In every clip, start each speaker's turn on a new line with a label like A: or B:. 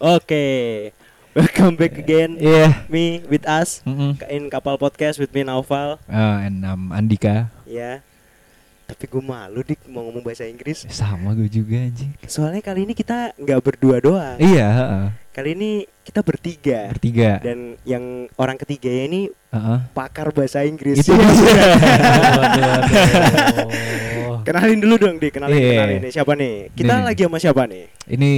A: Oke, welcome back again
B: Iya.
A: me with us
B: Mm-mm.
A: in kapal podcast with me Naufal
B: Eh, and I'm Andika.
A: ya. Tapi gue malu dik mau ngomong bahasa Inggris.
B: Eh, Sama gue juga anjing.
A: Soalnya kali ini kita nggak berdua doang.
B: Iya, heeh.
A: Kali ini kita bertiga
B: Bertiga.
A: dan yang orang ketiga ini
B: Heeh.
A: pakar bahasa Inggris.
B: Itu dia.
C: Waduh.
A: Kenalin dulu dong dik, kenalin,
B: Iya.
A: kenalin nih siapa nih? Kita
B: Nih.
A: lagi sama siapa nih?
B: Ini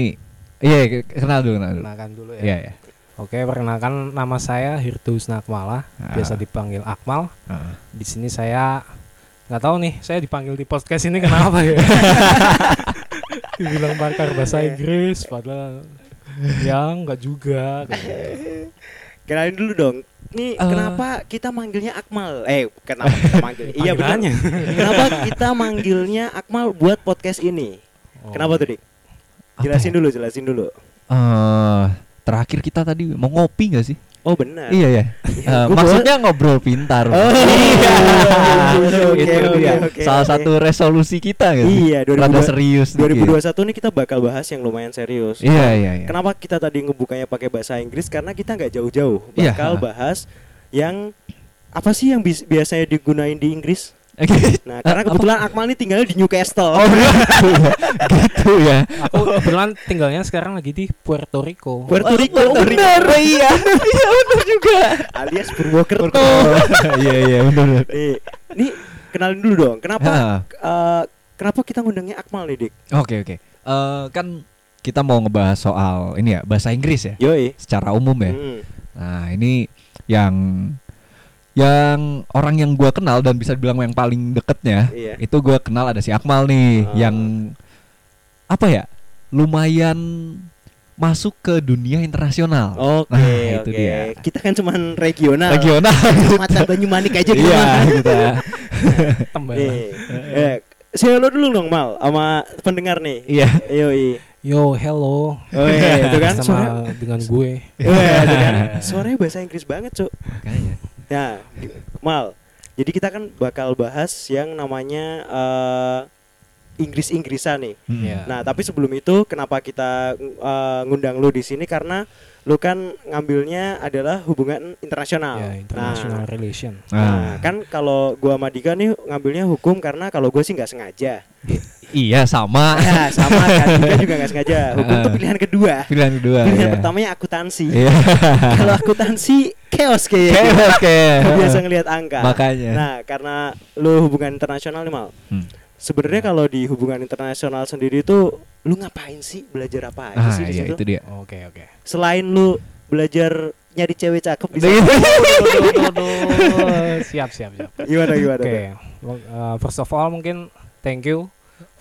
B: iya ke- kenal dulu, kenal dulu.
C: Perkenalkan dulu ya.
B: Iya, iya.
C: Oke, perkenalkan nama saya Hirtus Nakmala,
B: Ah.
C: biasa dipanggil Akmal.
B: Heeh.
C: Di sini saya nggak tahu nih, saya dipanggil di podcast ini kenapa ya? Dibilang bakar bahasa Inggris, padahal ya nggak juga.
A: Kenalin dulu dong. Nih
B: Eh.
A: kenapa kita manggilnya Akmal? Eh kenapa kita manggil? iya benar. Kenapa kita manggilnya Akmal buat podcast ini?
C: Oh.
A: Kenapa tuh, Dik?
B: Apa
A: Jelasin
B: ya?
A: dulu, jelasin dulu.
B: Eh, terakhir kita tadi mau ngopi gak sih?
A: Oh, benar.
B: Iya, iya. Eh,
A: gua
B: maksudnya ngobrol pintar.
A: Oh, iya. Oke,
B: Itu
A: oke,
B: dia.
A: oke,
B: Salah
A: oke.
B: satu resolusi kita kan.
A: Iya,
B: Rada
A: 2002
B: serius dikit.
A: 2021 ini kita bakal bahas yang lumayan serius.
B: Iya, iya, iya.
A: Kenapa kita tadi ngebukanya pakai bahasa Inggris? Karena kita nggak jauh-jauh
B: Iya,
A: bakal
B: ha.
A: bahas yang apa sih yang bis- biasanya digunain di Inggris?
B: Oke. Eh,
A: Nah, karena
B: apa?
A: kebetulan Akmal ini tinggalnya di Newcastle.
B: Oh, gitu ya. gitu ya.
C: Aku kebetulan tinggalnya sekarang lagi di Puerto Rico.
A: Puerto Rico,
B: Oh, bener, iya. Iya, bener juga.
A: alias Purwokerto.
B: Iya, iya, bener. bener.
A: nih, Eh, nih kenalin dulu dong. Kenapa
B: Ah,
A: eh, kenapa kita ngundangnya Akmal nih, Dik?
B: Oke, oke. Eh, kan kita mau ngebahas soal ini ya, bahasa Inggris ya,
A: Yoi.
B: secara umum ya.
A: Mm.
B: Nah, ini yang yang orang yang gua kenal dan bisa dibilang yang paling deketnya
A: Iya.
B: itu gua kenal ada si Akmal nih
A: Ah.
B: yang apa ya lumayan masuk ke dunia internasional
A: Oke,
B: Nah, itu
A: oke.
B: dia.
A: Kita kan cuman regional.
B: regional
A: Mata Banyumanik aja gitu.
B: iya gitu
C: Tembalang.
A: Nih. Eh, say hello dulu dong Mal sama pendengar nih.
B: iya
A: Yoi.
C: Yo, hello.
A: Oh iya, itu kan
C: sama
A: suara.
C: dengan gue.
A: Eh, itu kan. Suaranya bahasa Inggris banget, Cuk.
B: Makanya.
A: Nah, Mal. Jadi kita kan bakal bahas yang namanya eh, Inggris-Ingrisan nih.
B: Hmm.
C: Iya.
A: Nah, tapi sebelum itu kenapa kita eh, ngundang lu di sini karena lu kan ngambilnya adalah hubungan internasional.
C: Ya,
A: Nah,
C: international relation.
A: Nah,
B: Iya, Ah,
A: kan kalau gua sama Dika nih ngambilnya hukum karena kalau gue sih nggak sengaja.
B: iya sama
A: Nah, sama kan Dika juga nggak sengaja. Hukum tuh pilihan kedua.
B: pilihan Ah. kedua
A: Pilihan
B: iya.
A: pertamanya akuntansi.
B: iya
A: kalau akuntansi chaos
B: oke
A: kayaknya.
B: oke
A: Gua Iya, biasa ngelihat angka.
B: makanya
A: Nah, karena lu hubungan internasional nih, Mal.
B: Hmm.
A: Sebenarnya kalau di hubungan internasional sendiri itu lu ngapain sih? Belajar apa aja
B: ah
A: sih di
B: iya
A: situ?
B: itu dia
C: Oke, oke.
A: Selain lu belajar nyari cewek cakep di
B: Iya.
A: sana.
C: siap, siap, siap. Oke.
A: Gimana gimana? tuh?
C: Well, uh, first of all mungkin thank you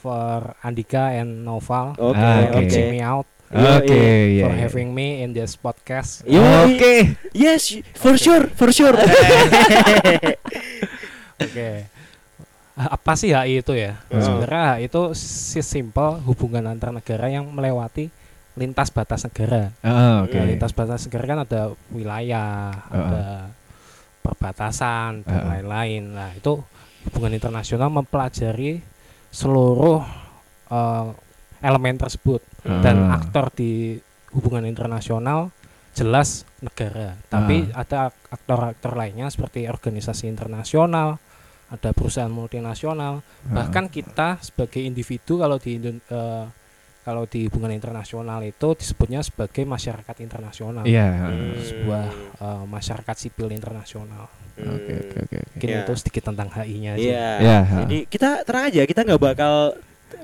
C: for Andika and Noval
A: Oke,
B: Ah, oke.
C: for reaching me out
B: oke iya,
C: for
B: iya.
C: having me in this podcast.
A: Yo,
B: oke
A: Yes, for sure, for sure.
C: Oke. Apa sih HI itu ya?
B: Oh.
A: Hmm.
C: Sebenarnya HI itu sesimpel hubungan antar negara yang melewati lintas batas negara.
B: Ah, oke
C: Nah, lintas batas negara kan ada wilayah,
B: Uh-uh.
C: ada perbatasan dan
B: Uh-uh.
C: lain-lain. Nah, itu hubungan internasional mempelajari seluruh eh, elemen tersebut dan
B: Ah.
C: aktor di hubungan internasional jelas negara, tapi ada ak- aktor-aktor lainnya seperti organisasi internasional, ada perusahaan multinasional, bahkan kita sebagai individu kalau di Indon- eh, kalau di hubungan internasional itu disebutnya sebagai masyarakat internasional,
B: iya
C: sebuah
A: Hmm.
C: eh, masyarakat sipil internasional.
B: oke oke oke oke.
C: Mungkin
A: Iya.
C: itu sedikit tentang HI-nya aja.
A: Iya.
B: Iya, ha.
A: Jadi kita terang aja kita nggak bakal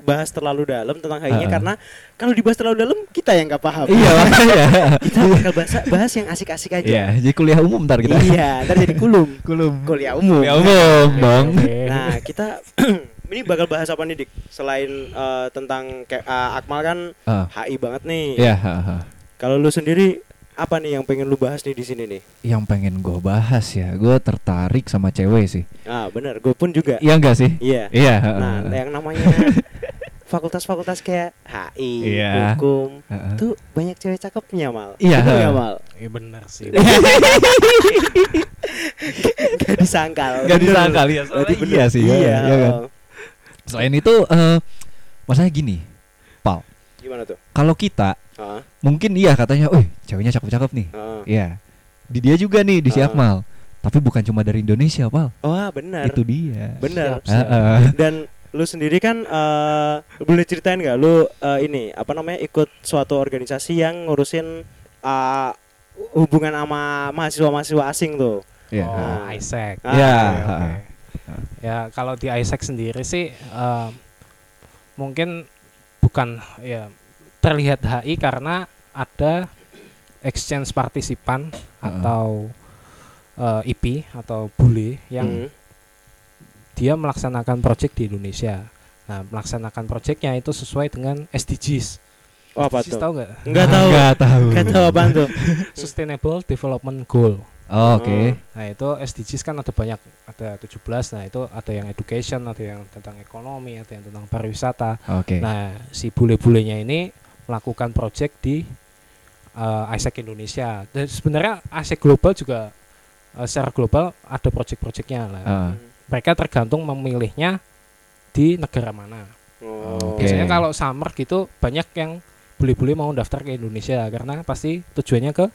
A: bahas terlalu dalam tentang hal ini
B: Heeh.
A: karena kalau dibahas terlalu dalam kita yang nggak paham.
B: iya makanya
A: Kita bakal bahas, bahas yang asik-asik
B: iya
A: aja.
B: jadi kuliah umum ntar kita
A: Iya, ntar jadi kulum.
B: kulum Iya,
A: Kuliah umum.
B: kuliah umum
C: Oke,
B: bang
C: oke.
A: Nah, kita ini bakal bahas apa nih, Dik? Selain eh, tentang kayak eh, Akmal kan
B: Ah,
A: HI banget nih.
B: iya ha, ha.
A: Kalau lu sendiri apa nih yang pengen lu bahas nih di sini nih?
B: yang pengen gue bahas ya gue tertarik sama cewek sih
A: Ah, bener, gue pun juga.
B: iya enggak sih
A: Iya.
B: iya ha, ha,
A: Nah,
B: ha.
A: yang namanya fakultas-fakultas kayak HI,
B: Iya.
A: hukum,
B: Ha, ha.
A: tuh banyak cewek cakepnya mal
B: Iya.
A: Betul nggak, mal
C: Iya benar sih.
A: gak disangkal
B: Gak
A: Bener.
B: disangkal ya
A: berarti
B: soalnya
A: bener.
B: iya sih ya,
A: iya,
B: ya kan? Selain itu eh masalahnya gini, Pal.
A: Gimana tuh?
B: Kalau kita
A: Heeh.
B: mungkin iya katanya, "Wih, ceweknya cakep-cakep nih."
A: heeh.
B: Iya. Di dia juga nih di si
A: Ah.
B: Akmal. Tapi bukan cuma dari Indonesia, Pal.
A: Wah, Ah, benar.
B: Itu dia.
A: Benar.
C: Siap, siap.
B: Heeh.
A: Dan lu sendiri kan eh, boleh ceritain nggak lu eh, ini apa namanya ikut suatu organisasi yang ngurusin eh, hubungan sama mahasiswa-mahaswa asing tuh.
B: Iya.
C: Oh,
A: Ah.
C: Isaac.
A: Ah,
B: Iya.
C: Oke,
B: ah,
C: oke.
B: ah.
C: Ya, kalau di Isaac sendiri sih eh, mungkin bukan ya terlihat HI karena ada exchange partisipan atau eh, IP atau bule yang
A: Hmm.
C: dia melaksanakan project di Indonesia. Nah, melaksanakan projectnya itu sesuai dengan SDGs.
A: Oh, apa
C: SDGs
A: tuh?
C: tahu nggak?
A: Enggak tahu.
B: Nggak tahu.
A: Enggak tahu apaan tuh.
C: Sustainable Development Goal.
B: Oh, Oke.
C: Nah itu SDGs kan ada banyak, ada 17 Nah itu ada yang education, ada yang tentang ekonomi, ada yang tentang pariwisata
B: Oke.
C: Nah si bule-bulenya ini melakukan project di eh, ISEC Indonesia Dan sebenarnya ISEC Global juga eh, secara global ada project-projectnya lah
A: Ah.
B: Heeh.
C: Mereka tergantung memilihnya di negara mana
A: Oh.
B: Oke.
C: Biasanya kalau summer gitu banyak yang bule-bule mau daftar ke Indonesia Karena pasti tujuannya ke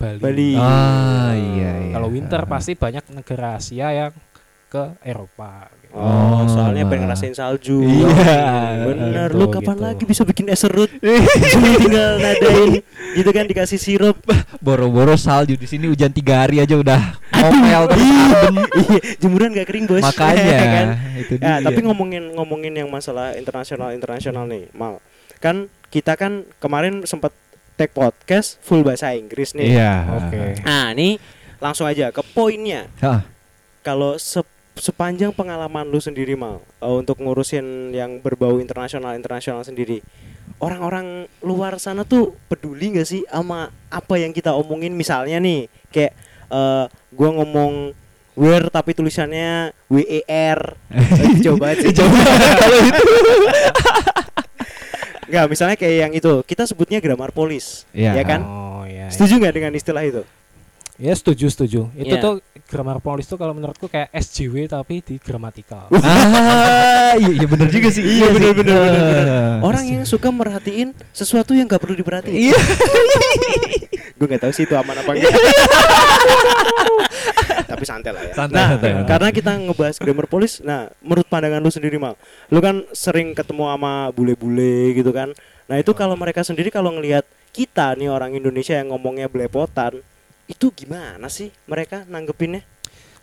C: Gitu.
A: Bali.
B: Ah, iya, iya.
C: kalau winter pasti banyak negara Asia yang ke Eropa. gitu.
A: Oh,
B: Oh,
A: soalnya
B: lah.
A: pengen ngerasain salju.
B: Iya.
A: Bener,
C: Gitu,
A: lu kapan
C: gitu.
A: lagi bisa bikin es serut? Cuma tinggal nadain gitu kan dikasih sirup.
B: Boro-boro salju di sini hujan tiga hari aja udah ngomel terus adem.
A: Iya, jemuran gak kering, Bos.
B: Makanya
A: Kan?
B: itu dia.
A: Ya, tapi ngomongin ngomongin yang masalah internasional internasional nih, Mal. Kan kita kan kemarin sempat take podcast full bahasa Inggris nih.
B: Iya.
C: Oke.
A: Nah, nih langsung aja ke poinnya.
B: Hah,
A: Kalau se- sepanjang pengalaman lu sendiri mal eh, untuk ngurusin yang berbau internasional internasional sendiri orang-orang luar sana tuh peduli nggak sih sama apa yang kita omongin misalnya nih kayak eh, gua ngomong where tapi tulisannya WER Eh, jauh banget sih nggak misalnya kayak yang itu kita sebutnya grammar polis
B: Iya.
A: ya kan
C: Oh ya. ya.
A: setuju nggak dengan istilah itu
C: Ya setuju setuju. Itu
A: Iya.
C: tuh grammar polis tuh kalau menurutku kayak SJW tapi di gramatikal.
B: Ah, iya, iya bener juga sih. Iya, bener bener Oh,
A: orang yang suka merhatiin sesuatu yang nggak perlu diperhatiin
B: Iya.
A: gue nggak tahu sih itu aman apa enggak tapi santai lah ya
B: Santai,
A: nah
B: santai, santai.
A: karena kita ngebahas grammar polis nah menurut pandangan lu sendiri mal lu kan sering ketemu sama bule-bule gitu kan nah itu kalau mereka sendiri kalau ngelihat kita nih orang Indonesia yang ngomongnya belepotan itu gimana sih mereka nanggepinnya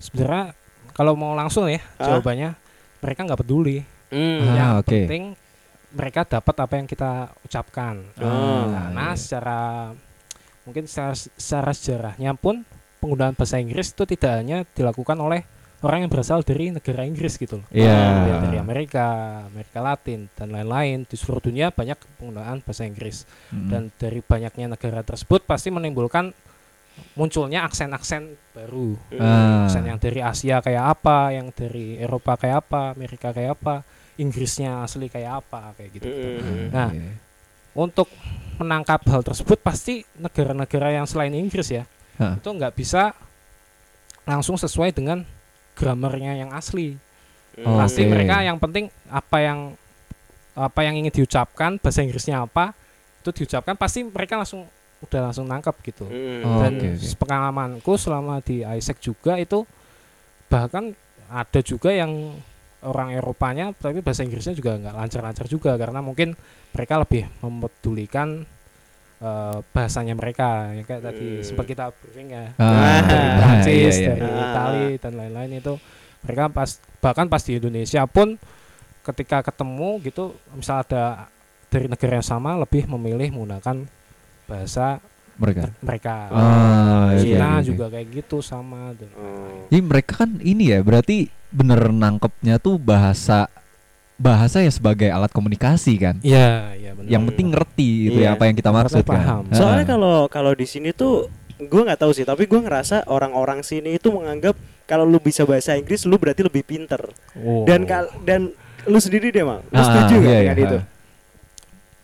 C: Sebenarnya kalau mau langsung ya
A: Hah?
C: jawabannya mereka nggak peduli.
B: Ah,
C: yang
B: oke.
C: penting mereka dapat apa yang kita ucapkan.
A: Ah,
B: iya,
C: Karena secara mungkin secara, secara sejarahnya pun penggunaan bahasa Inggris itu tidak hanya dilakukan oleh orang yang berasal dari negara Inggris gitu loh.
B: Iya.
C: Ada yang dari Amerika, Amerika Latin dan lain-lain di seluruh dunia banyak penggunaan bahasa
B: iya.
C: Inggris
B: Hmm.
C: dan dari banyaknya negara tersebut pasti menimbulkan munculnya aksen-aksen baru.
A: Hmm.
B: Ah.
C: Aksen yang dari Asia kayak apa, yang dari Eropa kayak apa, Amerika kayak apa, Inggrisnya asli kayak apa kayak gitu.
A: Mm.
C: Nah,
B: Iya.
C: untuk menangkap hal tersebut pasti negara-negara yang selain Inggris ya
B: Hah.
C: itu nggak bisa langsung sesuai dengan grammarnya yang asli
A: Hmm.
B: Oh,
C: pasti
B: oke.
C: mereka yang penting apa yang apa yang ingin diucapkan bahasa Inggrisnya apa itu diucapkan pasti mereka langsung udah langsung nangkep gitu
A: Mm.
B: Oh,
C: dan
B: oke, oke.
C: pengalamanku selama di Isaac juga itu bahkan ada juga yang orang Eropanya tapi bahasa Inggrisnya juga nggak lancar-lancar juga karena mungkin mereka lebih mempedulikan eh, bahasanya mereka yang kayak
A: Hmm.
C: tadi sempat kita briefing ya
B: Ah,
C: dari
B: iya,
C: Prancis
B: iya.
C: dari
A: Ah.
C: Itali dan lain-lain itu mereka pas bahkan pas di Indonesia pun ketika ketemu gitu misal ada dari negara yang sama lebih memilih menggunakan bahasa
B: mereka.
C: mereka
B: Ah,
A: Iya,
B: oke,
C: Cina
B: oke, oke.
C: juga kayak gitu sama dan
A: Oh.
B: Jadi mereka kan ini ya, berarti bener nangkepnya tuh bahasa bahasa ya sebagai alat komunikasi kan.
C: Iya, iya benar.
B: Yang penting ngerti gitu
A: Iya.
B: ya apa yang kita maksud kan.
C: paham.
B: Ah.
A: Soalnya kalau kalau di sini tuh gue nggak tahu sih, tapi gue ngerasa orang-orang sini itu menganggap kalau lu bisa bahasa Inggris lu berarti lebih
C: Oh.
A: pinter. Dan kal dan lu sendiri deh mal, lu
B: Oh. Ah,
A: setuju nggak
B: iya,
A: dengan
B: iya.
A: itu?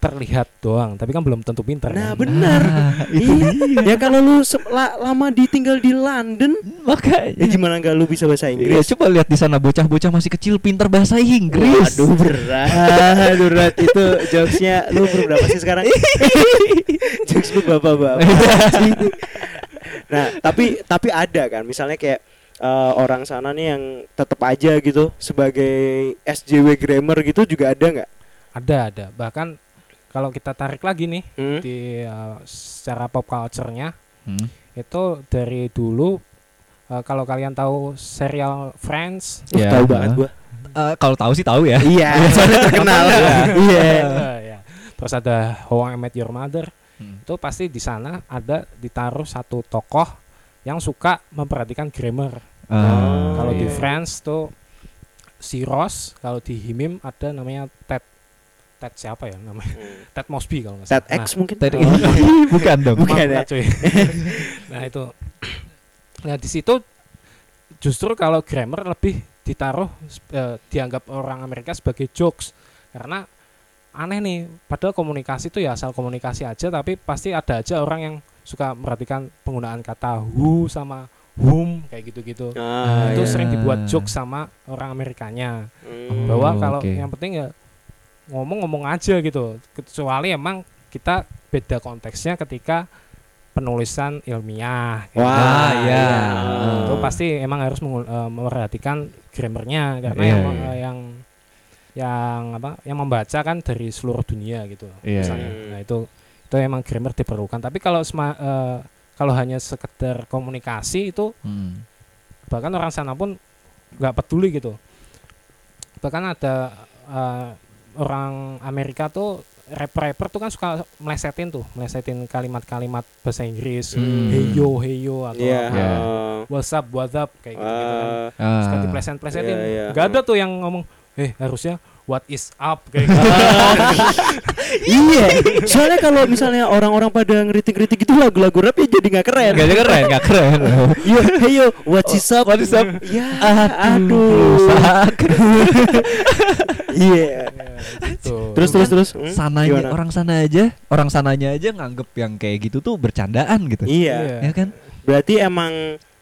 C: terlihat doang, tapi kan belum tentu pinter.
A: Nah,
C: kan?
A: benar.
B: Ah, itu
A: Iya. ya
B: dia.
A: kalau lu se- la- lama ditinggal di London, ya
B: Makanya.
A: gimana nggak lu bisa bahasa
B: Iya,
A: Inggris?
B: coba lihat di sana bocah-bocah masih kecil pinter bahasa Inggris.
A: Aduh berat, aduh berat itu jokesnya lu berapa sih sekarang? jokes lu bapak-bapak. sih. nah tapi tapi ada kan, misalnya kayak eh, orang sana nih yang tetap aja gitu sebagai SJW grammar gitu juga ada nggak?
C: Ada ada. Bahkan kalau kita tarik lagi nih
A: Hmm?
C: di eh, secara pop culture-nya
B: Hmm.
C: itu dari dulu eh, kalau kalian tahu serial Friends,
A: Wah,
B: Ya.
A: tahu banget gua.
B: Eh, kalau tahu sih tahu ya.
A: Iya, soalnya terkenal. Iya.
C: eh, ya. terus ada How I Met Your Mother,
B: Hmm.
C: itu pasti di sana ada ditaruh satu tokoh yang suka memperhatikan grammar.
A: Oh,
C: kalau di
A: iya.
C: Friends tuh si Ross, kalau di Himim ada namanya Ted. Ted siapa ya namanya? Ted Mosby kalau nggak salah.
A: Set X mungkin.
B: Tadi-
A: Oh.
B: bukan dong.
A: Bukan.
C: Maaf,
A: ya?
C: Kak, cuy. nah itu. Nah di situ justru kalau grammar lebih ditaruh eh, dianggap orang Amerika sebagai jokes karena aneh nih. Padahal komunikasi itu ya asal komunikasi aja tapi pasti ada aja orang yang suka merhatikan penggunaan kata who sama whom kayak gitu-gitu.
A: Ah,
C: Nah, itu
A: iya.
C: sering
B: Ah.
C: dibuat jokes sama orang Amerikanya
A: Hmm.
C: bahwa
B: Oh,
C: kalau
B: oke.
C: yang penting ya ngomong-ngomong aja gitu kecuali emang kita beda konteksnya ketika penulisan ilmiah kayak
A: Wah,
B: Ah, ya.
C: gitu. itu
A: Ah.
C: pasti emang harus mengu- eh, memperhatikan grammarnya karena
B: Iya,
C: yang
B: iya.
C: eh, yang yang apa yang membaca kan dari seluruh dunia gitu
B: Iya,
C: misalnya
A: iya.
C: nah itu itu emang grammar diperlukan tapi kalau sema- eh, kalau hanya sekedar komunikasi itu
B: Hmm.
C: bahkan orang sana pun nggak peduli gitu bahkan ada eh, orang Amerika tuh rapper-rapper tuh kan suka melesetin tuh melesetin kalimat-kalimat bahasa Inggris
B: Hmm.
C: hey yo hey yo atau
A: Iya.
C: apa,
B: Ya.
A: Ah.
C: what's up what's up kayak gitu, -gitu kan
A: Ah.
C: suka
B: Ah.
C: dipleset-plesetin
A: Iya, iya.
C: nggak ada tuh yang ngomong eh harusnya what is up kayak gitu
A: iya soalnya kalau misalnya orang-orang pada ngeritik-ngeritik itu lagu-lagu rap ya jadi nggak keren
B: Gak keren, gak keren.
A: yo hey yo what's is up
B: What is up?
A: ya aduh
B: Rusak.
A: iya
C: gitu.
A: terus terus terus Hmm,
B: Sananya
A: gimana?
B: orang sana aja, orang sananya aja nganggep yang kayak gitu tuh bercandaan gitu.
A: iya
B: Ya kan?
A: berarti emang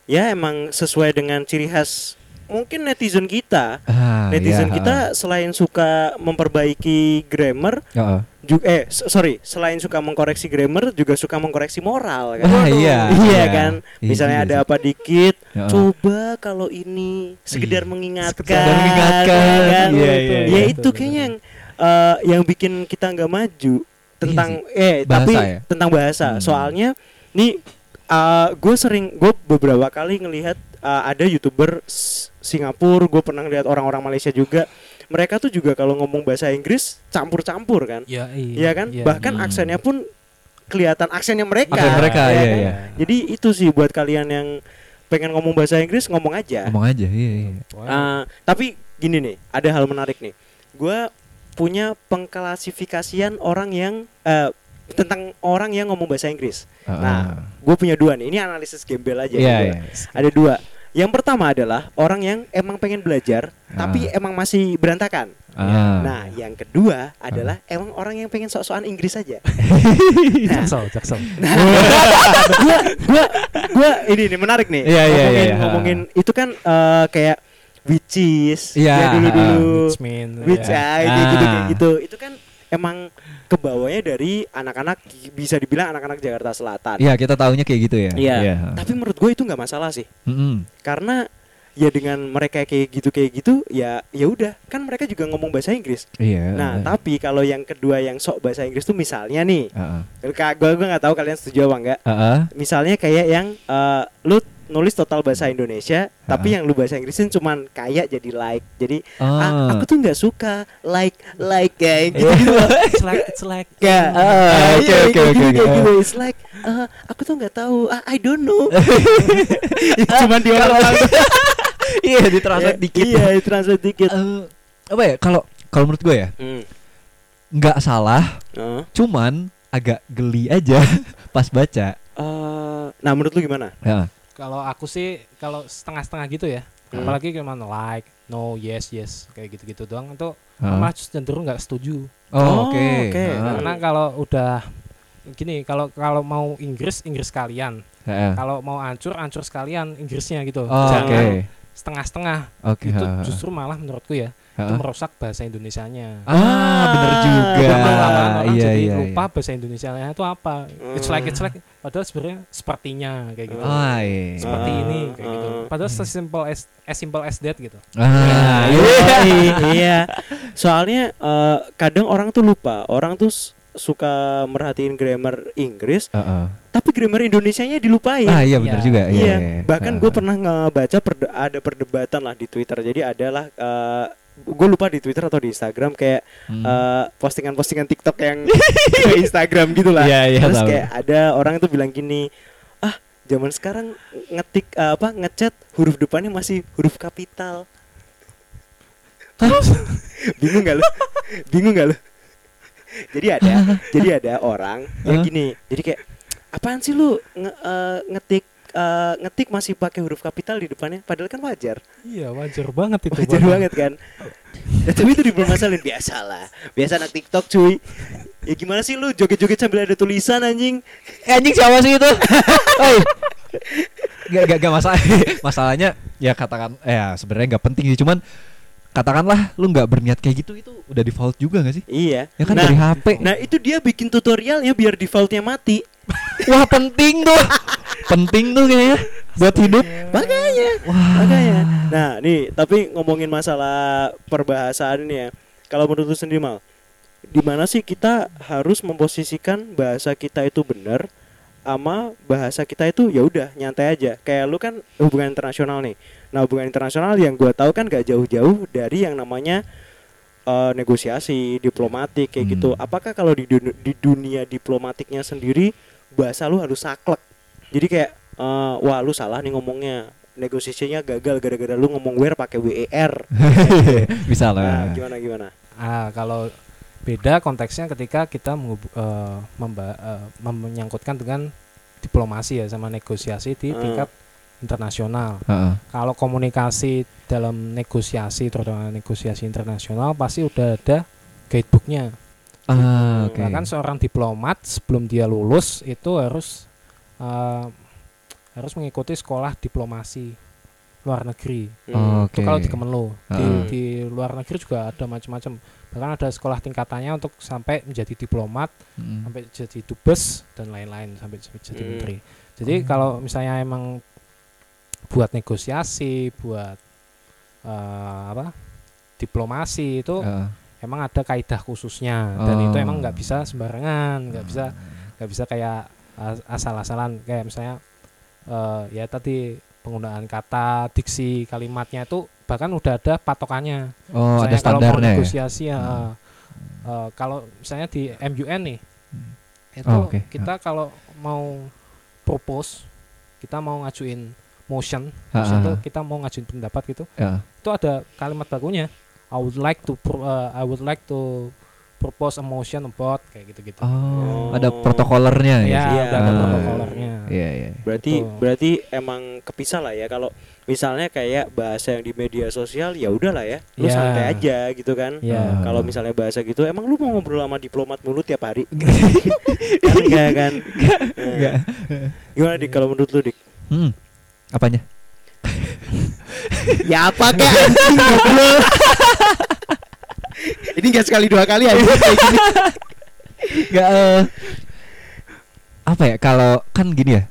A: ya emang sesuai dengan ciri khas mungkin netizen kita
B: Ah,
A: netizen
B: iya,
A: kita selain suka memperbaiki grammar
B: ah. Heeh.
A: juga eh s- sorry selain suka mengkoreksi grammar juga suka mengkoreksi moral kan
B: Ah, iya.
A: iya kan misalnya
B: Iya
A: ada
B: sih.
A: apa dikit
B: Ya.
A: coba kalau ini sekedar
B: Iya.
A: mengingatkan
B: Sekedar mengingatkan.
A: ya kan?
B: Iya,
C: iya,
A: ya
C: iya.
A: itu kayaknya yang eh, yang bikin kita nggak maju tentang eh
B: Bahasa
A: tapi
B: ya?
A: tentang bahasa
B: Hmm.
A: soalnya nih gue sering gue beberapa kali ngelihat eh, ada youtuber S- Singapura gue pernah lihat orang-orang Malaysia juga mereka tuh juga kalau ngomong bahasa Inggris campur-campur kan
C: ya
A: Iya kan? Bahkan
B: Hmm.
A: aksennya pun kelihatan aksennya mereka.
B: Aksen mereka,
A: ya
B: iya,
A: kan?
B: iya.
A: Jadi itu sih buat kalian yang pengen ngomong bahasa Inggris ngomong aja.
B: Ngomong aja, iya, iya.
A: Eh, tapi gini nih, ada hal menarik nih. Gua punya pengklasifikasian orang yang eh, tentang orang yang ngomong bahasa Inggris.
B: Ah, ah.
A: Nah, gue punya dua nih. Ini analisis gembel aja.
B: Iya,
A: gua.
B: iya.
A: Ada dua. Yang pertama adalah orang yang emang pengen belajar tapi emang masih berantakan.
B: Ah.
A: Nah, yang kedua adalah emang orang yang pengen sok-sokan Inggris aja. nah,
C: jaksel jaksel
A: gua gua gua ini nih menarik nih.
B: Iya, iya,
A: ngomongin
B: iya, iya.
A: ngomongin itu kan eh, kayak witches
B: Iya,
A: ya dulu-dulu
C: Which mean,
A: witch
C: ya.
A: ah, kayak gitu kayak
B: Ah.
A: gitu. Itu kan emang kebawahnya dari anak-anak bisa dibilang anak-anak Jakarta Selatan.
B: Iya, kita tahunya kayak gitu ya.
A: Iya.
B: ah.
A: Tapi menurut gue itu nggak masalah sih.
B: Mm-mm.
A: Karena ya dengan mereka kayak gitu kayak gitu ya ya udah kan mereka juga ngomong bahasa Inggris.
B: Iya.
A: Nah,
B: ah.
A: tapi kalau yang kedua yang sok bahasa Inggris tuh misalnya nih,
B: Ah, ah.
A: Kak, gue gue nggak tahu kalian setuju apa enggak.
B: Ah, ah.
A: Misalnya kayak yang eh, lu nulis total bahasa Indonesia, tapi yang lu bahasa Inggrisin cuman kayak jadi like. Jadi "Ah,
B: Ah.
A: aku tuh nggak suka like like kayak gitu. gitu loh.
C: It's like- it's like
A: Kayak,
B: Ah,
A: ah,
B: oke,
A: iya, kayak
B: oke, oke,
A: gitu, kayak
B: oke.
A: gitu. It's like eh, aku tuh nggak tahu. ah, I don't know.
B: Ya, Cuman di Iya, di translate dikit.
A: Iya, translate dikit.
B: Eh, apa ya? Kalau kalau menurut gue ya,
A: Hmm.
B: nggak salah
A: Ah.
B: cuman agak geli aja pas baca.
A: Eh, nah, menurut lu gimana?
B: Ya.
C: Kalau aku sih kalau setengah-setengah gitu ya.
A: Hmm.
C: apalagi cuma like no yes yes kayak gitu-gitu doang itu
B: Ah.
C: malah cenderung nggak setuju
A: Oh,
B: Oh, oke.
A: oke.
B: Ah,
C: karena kalau udah gini kalau kalau mau Inggris Inggris kalian
B: eh, eh.
C: nah, kalau mau ancur ancur sekalian Inggrisnya gitu
B: Oh,
C: jangan
B: Oke.
C: setengah-setengah
B: Oke.
C: itu
B: ah, ah,
C: justru malah menurutku ya
B: ah.
C: itu merusak bahasa Indonesianya
B: Ah, bener juga.
C: Lama-lama orang
B: Iya,
C: jadi
B: iya.
C: lupa bahasa Indonesianya itu apa it's like it's like padahal sebenarnya sepertinya kayak gitu
B: Ah, iya.
C: seperti
A: Ah,
C: ini kayak gitu
A: ah.
C: padahal sesimpel as as simple as that gitu
B: Ah, iya.
A: Yoi, iya. Soalnya eh, kadang orang tuh lupa, orang tuh s- suka merhatiin grammar Inggris,
B: Ah, ah.
A: tapi grammar Indonesianya dilupain.
B: Ah, iya bener
C: Iya.
B: juga. Iya.
A: Iya,
B: iya.
A: bahkan
B: Ah.
A: gue pernah ngebaca perde- ada perdebatan lah di Twitter. Jadi adalah gue lupa di Twitter atau di Instagram kayak
B: Hmm.
A: eh, postingan-postingan TikTok yang ke Instagram gitu lah.
B: Iya, iya,
A: Terus
B: tahu.
A: kayak ada orang itu bilang gini, ah zaman sekarang ngetik eh, apa ngechat huruf depannya masih huruf kapital. Bingung gak lu? Bingung gak lu? Jadi ada, jadi ada orang yang
B: Hah?
A: gini. Jadi kayak apaan sih lu nge- eh, ngetik eh, ngetik masih pakai huruf kapital di depannya padahal kan wajar.
C: iya wajar banget itu
A: Wajar
C: Bang.
A: banget kan. Ya, tapi itu dipermasalahin biasa lah. Biasa anak TikTok cuy. Ya gimana sih lu joget-joget sambil ada tulisan anjing?
B: Eh, anjing siapa sih itu? Oi. Gak, gak, gak masalah Masalahnya ya katakan ya sebenarnya gak penting sih cuman katakanlah lu nggak berniat kayak gitu itu udah default juga gak sih?
A: Iya.
B: Ya kan
A: nah,
B: dari HP.
A: nah itu dia bikin tutorialnya biar defaultnya mati.
B: Wah penting tuh. penting tuh kayaknya buat hidup.
A: Makanya.
B: Wah.
A: Makanya. Nah, nih tapi ngomongin masalah perbahasaan ini ya. Kalau menurut lu sendiri mal, di mana sih kita harus memposisikan bahasa kita itu benar ama bahasa kita itu ya udah nyantai aja. Kayak lu kan hubungan internasional nih. Nah, hubungan internasional yang gua tahu kan gak jauh-jauh dari yang namanya eh, negosiasi diplomatik kayak
B: Hmm.
A: gitu. Apakah kalau di, dun- di dunia diplomatiknya sendiri bahasa lu harus saklek? Jadi kayak eh, wah lu salah nih ngomongnya. Negosiasinya gagal gara-gara lu ngomong where pakai WER.
B: Bisa
A: Nah,
B: lah.
A: gimana gimana?
C: Ah, kalau beda konteksnya ketika kita menghub- eh, memba- eh, mem- menyangkutkan dengan diplomasi ya sama negosiasi di
A: Hmm.
C: tingkat internasional.
B: Heeh.
C: Kalau komunikasi dalam negosiasi terutama negosiasi internasional pasti udah ada guidebooknya.
B: Ah, oke.
C: Bahkan kan seorang diplomat sebelum dia lulus itu harus eh, harus mengikuti sekolah diplomasi luar negeri.
A: Hmm.
B: Oke. Ah.
C: Itu kalau di Kemenlu. Di,
B: Heeh.
C: di luar negeri juga ada macam-macam. Bahkan ada sekolah tingkatannya untuk sampai menjadi diplomat,
B: Mm.
C: sampai jadi dubes dan lain-lain sampai jadi
A: Hmm.
C: menteri. Jadi
B: Oh.
C: kalau misalnya emang buat negosiasi, buat eh, apa? diplomasi itu
B: Heeh.
C: emang ada kaidah khususnya dan itu
B: Oh.
C: emang nggak bisa sembarangan, nggak bisa nggak bisa kayak as- asal-asalan kayak misalnya eh, ya tadi penggunaan kata diksi kalimatnya itu bahkan udah ada patokannya
B: Oh, ada
C: Misalnya kalau
B: standarnya.
C: mau
B: ya?
C: negosiasi ya,
B: Hmm.
C: eh, eh, kalau misalnya di MUN nih
B: Hmm.
C: itu
B: Oh, oke.
C: kita kalau mau propose kita mau ngajuin motion
B: Ah,
C: motion
B: ah,
C: tuh
B: ah.
C: kita mau ngajuin pendapat gitu
B: Ya.
C: itu ada kalimat bakunya I would like to pro- eh, I would like to propose a motion about kayak gitu-gitu
B: Oh,
A: Oh.
B: ada protokolernya ya.
C: ya,
B: sih?
A: Iya. Eh,
C: udah ada
B: Ah.
C: protokolernya.
B: Iya, iya.
A: Berarti
C: Betul.
A: berarti emang kepisah lah ya kalau misalnya kayak bahasa yang di media sosial ya udahlah ya. Lu
C: Ya.
A: santai aja gitu kan.
C: Ya.
B: Ah.
A: Kalau misalnya bahasa gitu emang lu mau ngobrol sama diplomat mulu tiap hari? kan enggak kan? Nah,
B: Enggak.
A: Gimana Dik kalau menurut lu Dik?
B: Hmm. Apanya?
A: ya apa kek anjing Ini enggak sekali dua kali aja
B: Gak eh, apa ya kalau kan gini ya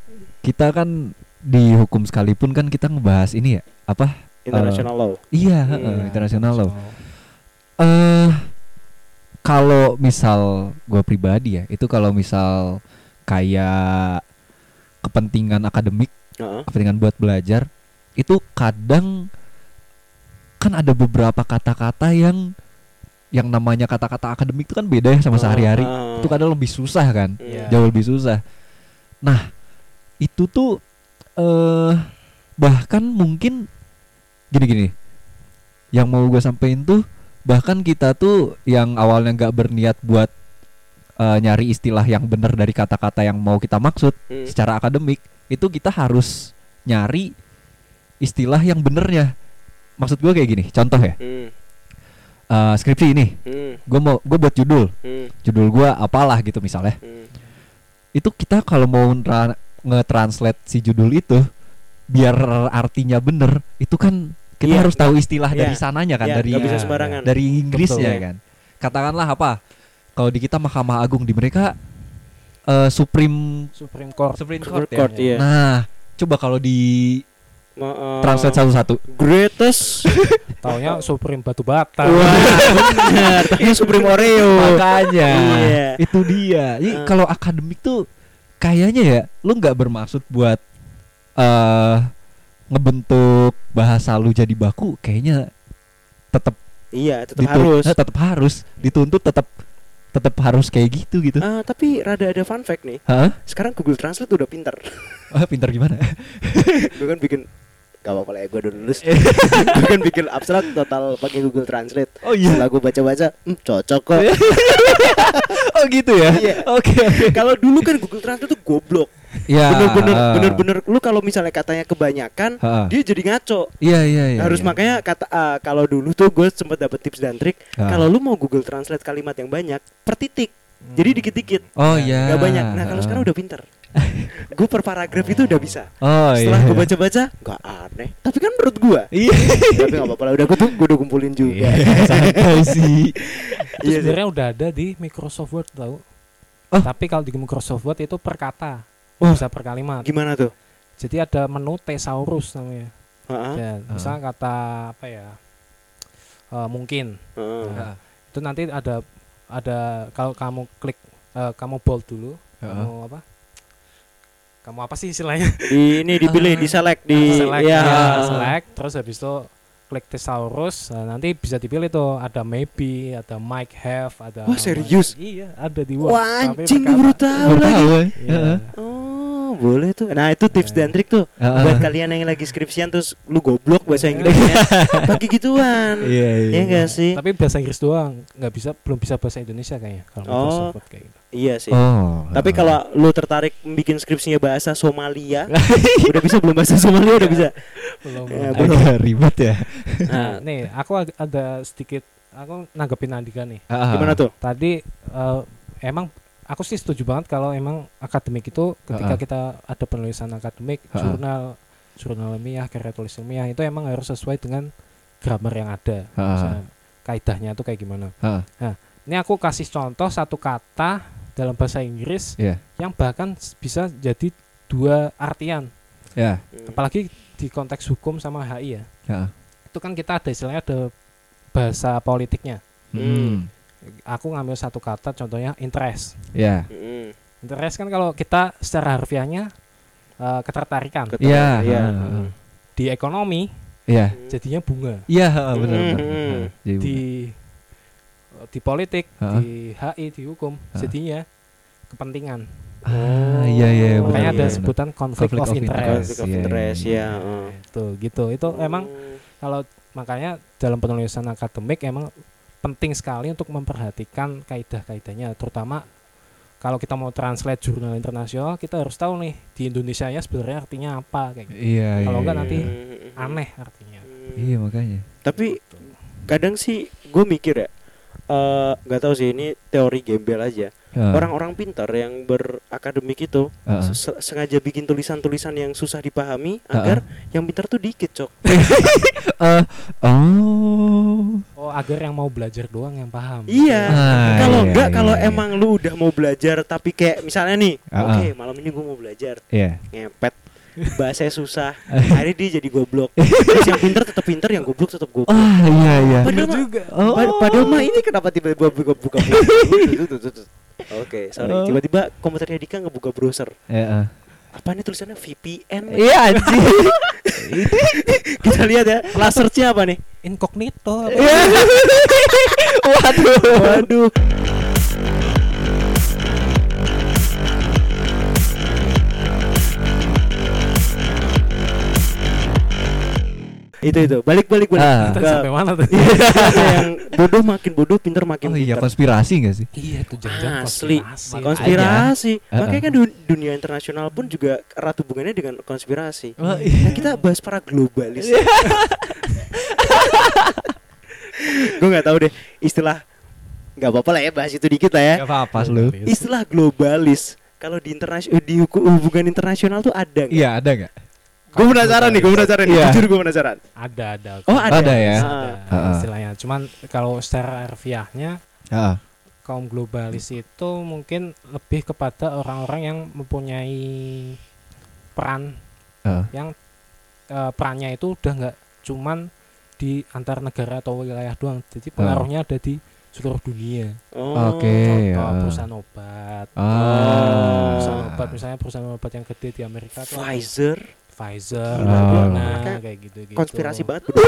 B: kita kan dihukum sekalipun kan kita ngebahas ini ya apa
A: International law.
B: iya
A: Iya.
B: heeh, internasional loh eh kalau misal gue pribadi ya itu kalau misal kayak kepentingan akademik
A: Heeh.
B: kepentingan buat belajar itu kadang kan ada beberapa kata-kata yang yang namanya kata-kata akademik itu kan beda ya sama sehari-hari
A: Ah.
B: itu kadang lebih susah kan
A: Hmm.
C: Iya.
B: jauh lebih susah. Nah, itu tuh eh bahkan mungkin gini-gini. Yang mau gue sampein tuh bahkan kita tuh yang awalnya nggak berniat buat eh, nyari istilah yang benar dari kata-kata yang mau kita maksud
A: Hmm.
B: secara akademik, itu kita harus nyari istilah yang benernya maksud gue kayak gini contoh ya
A: Hmm,
B: eh, skripsi ini
A: hmm,
B: gue mau gue buat judul
A: hmm,
B: judul gue apalah gitu misalnya
A: hmm.
B: itu kita kalau mau ntra- nge-translate si judul itu biar artinya bener itu kan kita
A: Iya,
B: harus tahu istilah
A: iya.
B: dari sananya kan
A: Ya,
B: dari
A: nggak bisa
C: ya,
A: sembarangan.
B: dari Inggrisnya
A: Betul. Iya.
B: kan katakanlah apa kalau di kita Mahkamah Agung di mereka eh, Supreme
C: Supreme Court
B: Supreme
A: Court,
B: Court, ya?
A: court, iya.
B: nah coba kalau di
A: Ma- eh,
B: translate satu-satu
A: Greatest.
C: iya. taunya Supreme Batu Bata
A: Wah, benar. Tapi Iya, Supreme Oreo.
B: makanya
A: Iya.
B: itu dia Jadi
A: Eh.
B: kalau akademik tuh kayaknya ya lu nggak bermaksud buat eh ngebentuk bahasa lu jadi baku kayaknya tetap
A: Iya, tetap harus.
B: tetap harus dituntut tetap tetap harus kayak gitu gitu
A: Ah, tapi rada ada fun fact nih.
B: Hah?
A: Sekarang Google Translate udah pinter.
B: Ah, pintar gimana
A: gue kan bikin gak apa-apa lah ya gue udah lulus gue kan bikin abstrak total pakai Google Translate
B: oh
A: setelah
B: iya
A: gue baca-baca hmm, cocok kok
B: oh gitu ya
A: Iya.
B: oke oke.
A: kalau dulu kan Google Translate tuh goblok
B: ya
A: bener-bener bener-bener lu kalau misalnya katanya kebanyakan
B: Ha.
A: dia jadi ngaco
B: iya iya iya
A: harus
B: iya.
A: makanya kata ah, kalau dulu tuh gue sempet dapet tips dan trik
B: Ah.
A: kalau lu mau Google Translate kalimat yang banyak per titik jadi dikit-dikit
B: oh iya
A: nggak banyak nah kalau
B: Ah.
A: sekarang udah pinter gue per paragraf itu udah bisa
B: oh iya
A: setelah gue baca-baca nggak aneh tapi kan menurut gue
B: iya
A: tapi nggak apa-apa lah udah gue tuh gue udah kumpulin juga
B: santai sih
C: Itu
A: Iya sih.
C: sebenarnya udah ada di Microsoft Word tau
B: Oh.
C: tapi kalau di Microsoft Word itu per kata
A: Wah.
C: bisa per kalimat
A: Gimana tuh?
C: jadi ada menu thesaurus namanya
A: Heeh.
B: Iya.
C: ya,
A: Ah.
C: misalnya kata apa ya eh, mungkin
A: heeh.
C: Nah, itu nanti ada ada kalau kamu klik eh, kamu bold dulu kamu apa kamu apa sih istilahnya
A: Di- ini dipilih, di select, di
C: select
A: ya.
C: ya,
B: iya,
C: select terus habis itu klik thesaurus nah, nanti bisa dipilih tuh ada maybe ada might have ada
A: Wah, serius?
C: iya ada di Word
A: Wah,
C: tapi
A: anjing gue
C: pakai
A: baru tahu lagi.
B: Tahu,
C: Iya.
B: heeh.
A: Oh, boleh tuh. Nah, itu tips dan trik tuh
B: Heeh.
A: buat kalian yang lagi skripsian terus lu goblok bahasa Inggrisnya. Pakai gituan.
B: Iya, iya.
A: Iya enggak sih?
C: tapi bahasa Inggris doang nggak bisa belum bisa bahasa Indonesia kayaknya kalau
A: Oh.
C: Microsoft Word kayak gitu
A: Iya sih.
B: Oh.
A: Tapi kalau lu tertarik bikin skripsinya bahasa Somalia, udah bisa belum bahasa Somalia udah bisa.
C: belum
A: Ya,
C: belum.
A: belum.
B: agak ribet ya.
A: Nah,
C: Nah, nih aku ag- ada sedikit aku nanggepin Andika nih
A: gimana tuh?
C: tadi eh, emang aku sih setuju banget kalau emang akademik itu ketika
B: Ha-ha.
C: kita ada penulisan akademik
B: Ha-ha.
C: jurnal jurnal ilmiah karya tulis ilmiah itu emang harus sesuai dengan grammar yang ada
B: Ha-ha.
C: Misalnya, kaidahnya itu kayak gimana
B: Ha-ha.
C: nah ini aku kasih contoh satu kata dalam bahasa Inggris
B: Iya.
C: yang bahkan s- bisa jadi dua artian
B: Ya.
C: apalagi di konteks hukum sama HI ya
B: Ha-ha.
C: itu kan kita ada istilahnya ada bahasa politiknya
A: Hmm.
C: aku ngambil satu kata contohnya interest
B: Ya.
A: Mm,
C: Interest kan kalau kita secara harfiahnya eh, ketertarikan.
A: Ket-
B: Iya.
A: Iya.
B: ha-ha.
C: Di ekonomi
B: Iya.
C: jadinya bunga.
B: Iya, ha-ha, benar
A: Hmm,
B: benar. Iya,
A: hmm.
B: Ha, jadi benar.
C: Di eh, di politik,
B: Ha?
C: di HI, di hukum
B: Ha?
C: jadinya kepentingan.
B: Ah, iya iya.
A: Oh,
B: benar,
C: Makanya ada
B: benar, benar.
C: sebutan conflict,
B: Conflict
C: of,
B: of
C: interest.
A: Conflict of
B: Iya, iya,
A: interest
B: iya.
A: ya. heeh. Hmm.
C: Gitu, gitu. Itu emang kalau makanya dalam penulisan akademik emang penting sekali untuk memperhatikan kaidah-kaidahnya terutama kalau kita mau translate jurnal internasional kita harus tahu nih di Indonesia ya sebenarnya artinya apa kayak gitu.
B: Iya, iya.
C: Kalau enggak
B: iya.
C: nanti
A: Mm,
C: aneh artinya.
B: Iya, makanya.
A: Tapi kadang sih gue mikir ya eh, nggak tahu sih ini teori gembel aja
B: Ha,
A: orang-orang pintar yang berakademik itu
B: ha-ha.
A: se- sengaja bikin tulisan-tulisan yang susah dipahami
B: Ah,
A: agar yang pintar tuh dikit cok
B: Eh, oh.
C: Oh, agar yang mau belajar doang yang paham. Nah,
A: iya
B: Ah,
A: kalau
B: iya,
A: nggak
B: iya,
A: kalau
B: iya.
A: emang lu udah mau belajar tapi kayak misalnya nih
B: Ah,
A: oke
B: ah.
A: malam ini gue mau belajar
B: Iya.
A: ngepet bahasanya susah akhirnya dia jadi goblok terus yang pintar tetap pintar yang goblok tetap goblok
B: Ah, iya iya.
A: Padahal mah-
B: Oh.
A: Pa- Padahal mah ini kenapa tiba-tiba buka buka browser? Oke, sorry.
B: Oh.
A: Tiba-tiba komputernya Dika ngebuka browser.
B: Iya. ah.
A: Apa nih tulisannya VPN?
B: Iya, anjing.
A: Kita lihat ya, kelas search-nya apa nih?
C: Incognito.
A: Iya.
B: Waduh.
A: Waduh. itu itu balik-balik balik
B: Ah.
A: ke
C: Sampai mana tuh?
A: Iya. yang bodoh makin bodoh, pinter makin
B: Oh iya,
A: pinter.
B: konspirasi enggak sih?
C: Iya, itu jangan
A: Asli konspirasi.
B: konspirasi.
A: Makanya
B: Heeh.
A: kan du- dunia internasional pun juga erat hubungannya dengan konspirasi. Nah,
B: Oh, iya.
A: kita bahas para globalis. gue nggak tahu deh istilah nggak apa-apa lah ya bahas itu dikit lah ya
B: Gak apa-apa lu.
A: istilah globalis kalau di internasional di huku- hubungan internasional tuh ada nggak?
B: Iya, ada nggak?
A: Gue penasaran nih, gue penasaran nih.
B: Iya.
A: Jujur gue penasaran.
C: ada ada
A: Oh, ada.
B: Ada ya?
A: Ah.
C: Ada
B: Heeh.
C: istilahnya cuman kalau secara harfiahnya
B: Heeh.
C: kaum globalis itu mungkin lebih kepada orang-orang yang mempunyai peran
B: Heeh.
C: yang eh, perannya itu udah nggak cuman di antar negara atau wilayah doang
B: Ah.
C: jadi pengaruhnya ada di seluruh dunia
A: Oh.
B: Oke.
C: contoh
B: ya.
C: perusahaan obat
B: Ah.
C: perusahaan obat misalnya perusahaan obat yang gede di Amerika tuh ada
A: Pfizer
C: Pfizer
A: Gila,
B: gua.
C: Moderna,
A: Mereka
C: kayak gitu gitu
A: konspirasi banget. bro.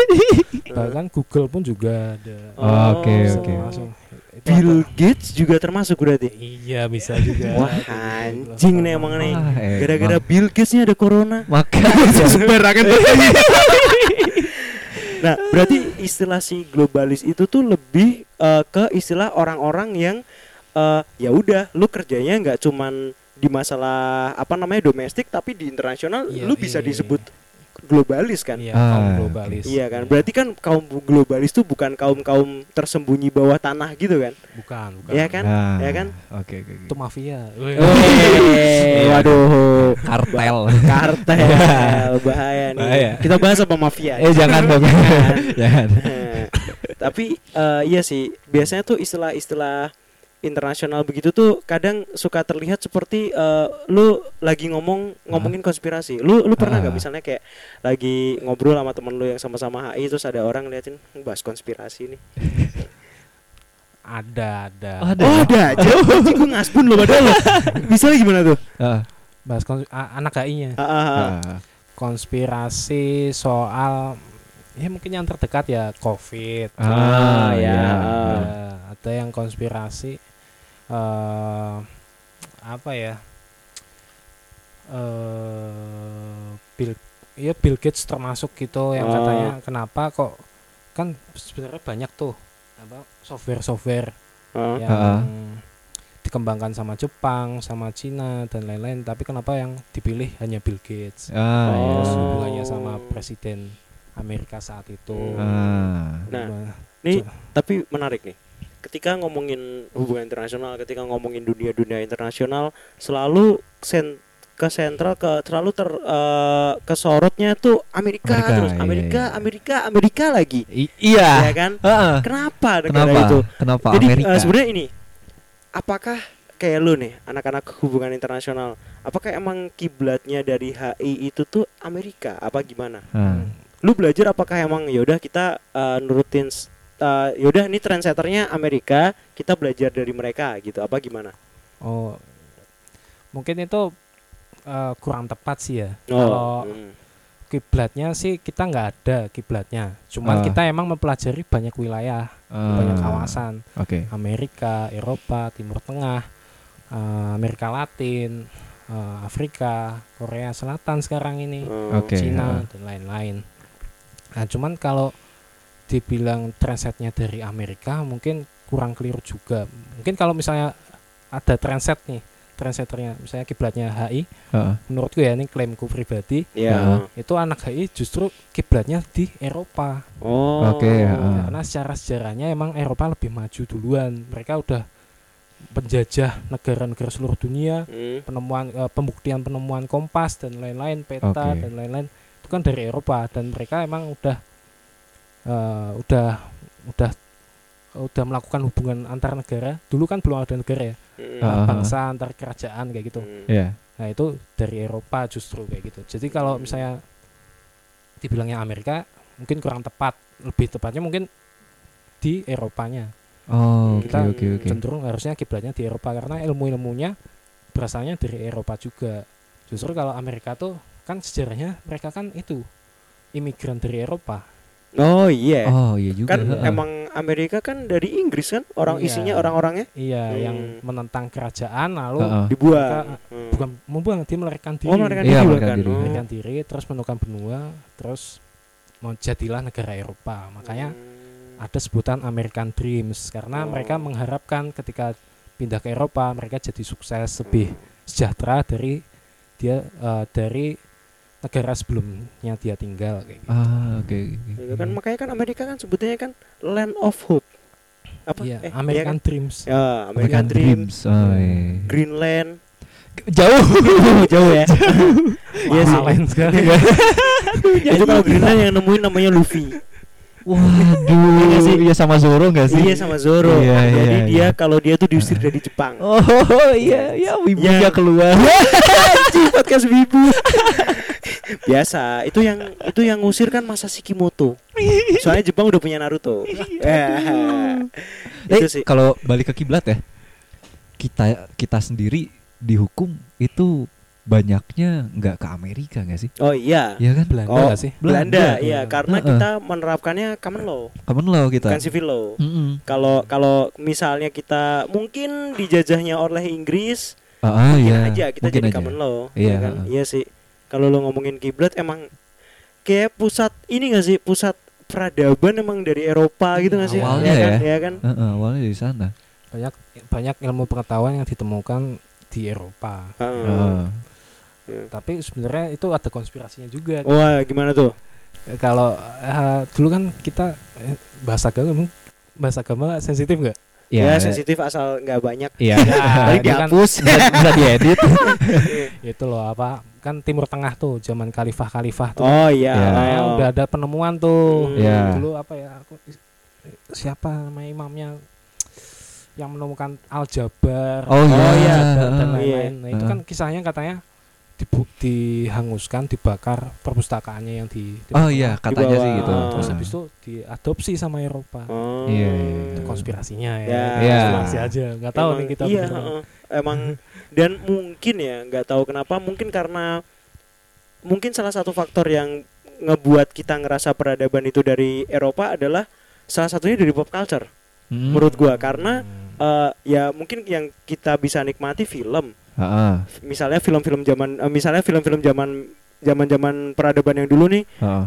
C: bahkan Google pun juga ada
B: Ah, Oke,
C: Bisa
B: oke.
C: langsung. Itu
A: Bill
C: apa?
A: Gates juga termasuk berarti.
C: iya bisa juga
A: Wah, anjing nih emang nih.
B: Ah,
C: Eh,
B: emang.
A: Gara-gara ya Bill Gates-nya ada corona.
B: Makanya
A: Sembarangan.
B: Iya.
A: nah, berarti istilah si globalis itu tuh lebih eh, ke istilah orang-orang yang eh, ya udah lu kerjanya nggak cuman di masalah apa namanya domestik tapi di internasional
C: Iya,
A: lu bisa
C: iya, iya.
A: disebut globalis kan.
C: iya
B: Ah,
C: kaum
B: oke.
C: globalis
A: Iya kan, berarti kan kaum globalis tuh bukan kaum kaum tersembunyi bawah tanah gitu kan,
C: bukan bukan
A: Iya kan, Oh,
B: Nah,
A: Iya kan?
B: Oke, oke. oke.
C: itu mafia
A: Wey, waduh,
B: Kartel.
A: kartel
C: Iya.
A: bahaya nih.
B: Bahaya.
A: Kita bahas apa mafia.
B: eh jangan dong. jangan.
A: Nah, Tapi eh, iya sih, biasanya tuh istilah-istilah internasional begitu tuh kadang suka terlihat seperti eh, lu lagi ngomong ngomongin konspirasi. Lu lu pernah nggak
B: Ah.
A: misalnya kayak lagi ngobrol sama temen lu yang sama-sama HI terus ada orang ngeliatin bahas konspirasi nih.
C: ada ada
B: Oh, ada.
A: Oh, ada aja. Anjing, gua ngaspun lo padahal. lo. Misalnya gimana tuh?
B: Ah,
C: bahas kons- a- anak AI-nya
A: Ah, ah, ah.
B: ah.
C: konspirasi soal ya mungkin yang terdekat ya covid
B: Ah,
A: ya.
B: ya.
C: Ya, ada yang konspirasi eh apa ya eh Bill ya Bill Gates termasuk gitu yang
A: Ah.
C: katanya kenapa kok kan sebenarnya banyak tuh apa software-software
A: Ah.
C: yang
B: Ah.
C: dikembangkan sama Jepang, sama Cina dan lain-lain. Tapi kenapa yang dipilih hanya Bill Gates?
B: Ah, iya.
C: Terus
A: Oh.
C: hubungannya sama presiden Amerika saat itu.
B: Ah.
A: Nah,
C: Hubungan-
A: Nih,
C: Coba.
A: tapi menarik nih. Ketika ngomongin hubungan internasional, ketika ngomongin dunia-dunia internasional, selalu sen- ke sentral ke terlalu ter eh, kesorotnya tuh Amerika,
B: Amerika,
A: terus
B: iya,
A: Amerika,
B: iya.
A: Amerika, Amerika lagi.
B: I- iya.
A: Ya kan?
B: Heeh.
A: Kenapa negara
B: Kenapa?
A: itu?
B: Kenapa
A: Jadi eh,
B: Amerika?
A: sebenarnya ini apakah kayak lu nih anak-anak hubungan internasional, apakah emang kiblatnya dari HI itu tuh Amerika apa gimana?
B: Ah.
A: lu belajar apakah emang yaudah kita eh, nurutin s- eh, yaudah ini trendsetternya Amerika kita belajar dari mereka gitu apa gimana
C: Oh, mungkin itu eh, kurang tepat sih ya.
A: oh
C: Kalau kiblatnya sih kita nggak ada kiblatnya. Cuman
B: Ah.
C: kita emang mempelajari banyak wilayah,
B: Ah.
C: banyak kawasan.
B: Oke.
C: Amerika, Eropa, Timur Tengah, eh, Amerika Latin, eh, Afrika, Korea Selatan sekarang ini,
A: Oh.
B: Oke.
C: Cina dan lain-lain. Nah, cuman kalau dibilang trendsetnya dari Amerika mungkin kurang keliru juga. Mungkin kalau misalnya ada trendset nih, trendsetternya misalnya kiblatnya HI,
B: Heeh.
C: menurutku ya ini klaimku pribadi,
A: ya
B: Nah.
C: itu anak HI justru kiblatnya di Eropa.
A: oh
B: Oke, ya. heeh.
C: Karena secara sejarahnya emang Eropa lebih maju duluan. Mereka udah penjajah negara-negara seluruh dunia,
A: Hmm.
C: penemuan eh, pembuktian penemuan kompas dan lain-lain, peta
B: Oke.
C: dan lain-lain itu kan dari Eropa dan mereka emang udah eh, udah udah udah melakukan hubungan antar negara. Dulu kan belum ada negara ya,
A: Hmm.
B: Ah.
C: bangsa antar kerajaan kayak gitu.
A: Hmm.
B: Iya.
C: Nah, itu dari Eropa justru kayak gitu. Jadi kalau
A: Hmm.
C: misalnya dibilangnya Amerika mungkin kurang tepat. Lebih tepatnya mungkin di Eropanya.
B: Oh, oke
A: Kita
B: oke oke.
C: Cenderung harusnya kiblatnya di Eropa karena ilmu-ilmunya berasalnya dari Eropa juga. Justru kalau Amerika tuh kan sejarahnya mereka kan itu imigran dari Eropa.
A: oh iya
B: Oh, iya juga.
A: kan
B: heeh.
A: emang Amerika kan dari Inggris kan orang
C: Iya.
A: isinya orang-orangnya
C: Iya,
A: Hmm.
C: yang menentang kerajaan lalu
B: Heeh.
A: dibuang Hmm.
C: bukan membuang dia melarikan diri.
A: oh mereka
B: Iya,
A: dibuang
B: mereka
A: kan
B: diri.
A: Oh.
C: melarikan diri terus menemukan benua terus mau jadilah negara Eropa makanya
A: Hmm.
C: ada sebutan American Dreams karena
A: Oh.
C: mereka mengharapkan ketika pindah ke
A: Hmm.
C: Eropa mereka jadi sukses lebih sejahtera dari dia eh, dari negara sebelumnya dia tinggal kayak gitu.
B: ah oke oke, oke.
A: Itu kan makanya kan Amerika kan sebetulnya kan land of hope. Apa?
C: Iya,
A: Eh, iya
C: American
A: kan?
C: Dreams.
A: Ya, American,
B: American
A: Dream,
B: Dreams oh, iya.
A: Greenland.
B: jauh
A: Jauh ya. Iya sih.
C: Lain sekali.
A: Itu kalau Greenland yang nemuin namanya Luffy. Iya
B: waduh
A: nggak sih?
B: iya sama Zoro nggak sih
A: Iya sama Zoro.
B: Iya,
A: Jadi
B: iya,
A: dia
B: iya.
A: kalau dia tuh diusir dari Jepang.
B: oh iya iya ibunya
A: Yang-
B: keluar
A: Iya, Anjing, podcast wibu. Biasa, itu yang itu yang ngusir kan Masashi Kimoto. Soalnya Jepang udah punya Naruto. Eh, itu
B: Iya, Eh,
A: sih.
B: kalau balik ke kiblat ya, kita kita sendiri dihukum itu banyaknya nggak ke Amerika nggak sih?
A: Oh iya.
B: Iya kan?
C: Belanda
A: Oh,
C: nggak sih?
A: Belanda,
C: Belanda.
A: iya karena
B: Heeh.
A: kita menerapkannya common law,
B: Common law kita.
A: bukan civil law.
B: Mm-mm.
A: Kalau kalau misalnya kita mungkin dijajahnya oleh Inggris,
B: Ah, ah,
A: mungkin
B: iya.
A: aja kita
B: Mungkin
A: jadi
B: aja.
A: common law,
B: Iya,
A: ya kan?
B: heeh.
A: Iya sih. Kalau lo ngomongin kiblat emang kayak pusat ini gak sih pusat peradaban emang dari Eropa gitu gak sih?
B: Awalnya
A: kan?
B: ya.
A: Iya kan?
B: Heeh, awalnya dari sana.
C: Banyak banyak ilmu pengetahuan yang ditemukan di Eropa.
A: Heeh.
B: Heeh.
C: Tapi sebenarnya itu ada konspirasinya juga.
A: Wah gimana tuh?
C: Eh, Kalau eh, dulu kan kita eh, bahasa agama bahasa agama sensitif nggak?
A: Ya,
B: Iya.
A: sensitif asal nggak banyak.
B: Iya.
A: Tadi
C: itu kan-
A: dihapus.
B: Bisa- Bisa diedit.
C: Itu loh apa? Kan Timur Tengah tuh zaman kalifah-kalifah tuh.
A: oh iya.
B: Ya.
C: Nah,
A: Oh.
C: udah ada penemuan tuh.
A: Hmm.
B: Iya.
C: Dulu apa ya? Aku, siapa namanya imamnya yang menemukan aljabar?
B: Oh iya.
A: Oh, iya.
C: dan dan
B: Heeh.
C: lain-lain. Nah, itu
B: Heeh.
C: kan kisahnya katanya dibu dihanguskan, dibakar perpustakaannya yang di, di
B: Oh iya, katanya sih gitu.
A: bawah.
C: Terus habis itu diadopsi sama Eropa.
A: Oh.
B: Iya, iya.
C: Itu konspirasinya ya.
A: Ya.
B: Iya.
C: Konspirasi aja, nggak tahu
A: Emang-
C: nih kita.
A: iya,
C: beneran.
A: heeh. emang dan mungkin ya nggak tahu kenapa mungkin karena mungkin salah satu faktor yang ngebuat kita ngerasa peradaban itu dari Eropa adalah salah satunya dari pop culture
B: Mm.
A: menurut gua karena
C: Hmm.
A: eh, ya mungkin yang kita bisa nikmati film
B: Heeh,
A: misalnya film-film zaman eh, misalnya film-film zaman zaman-zaman peradaban yang dulu nih
B: heeh.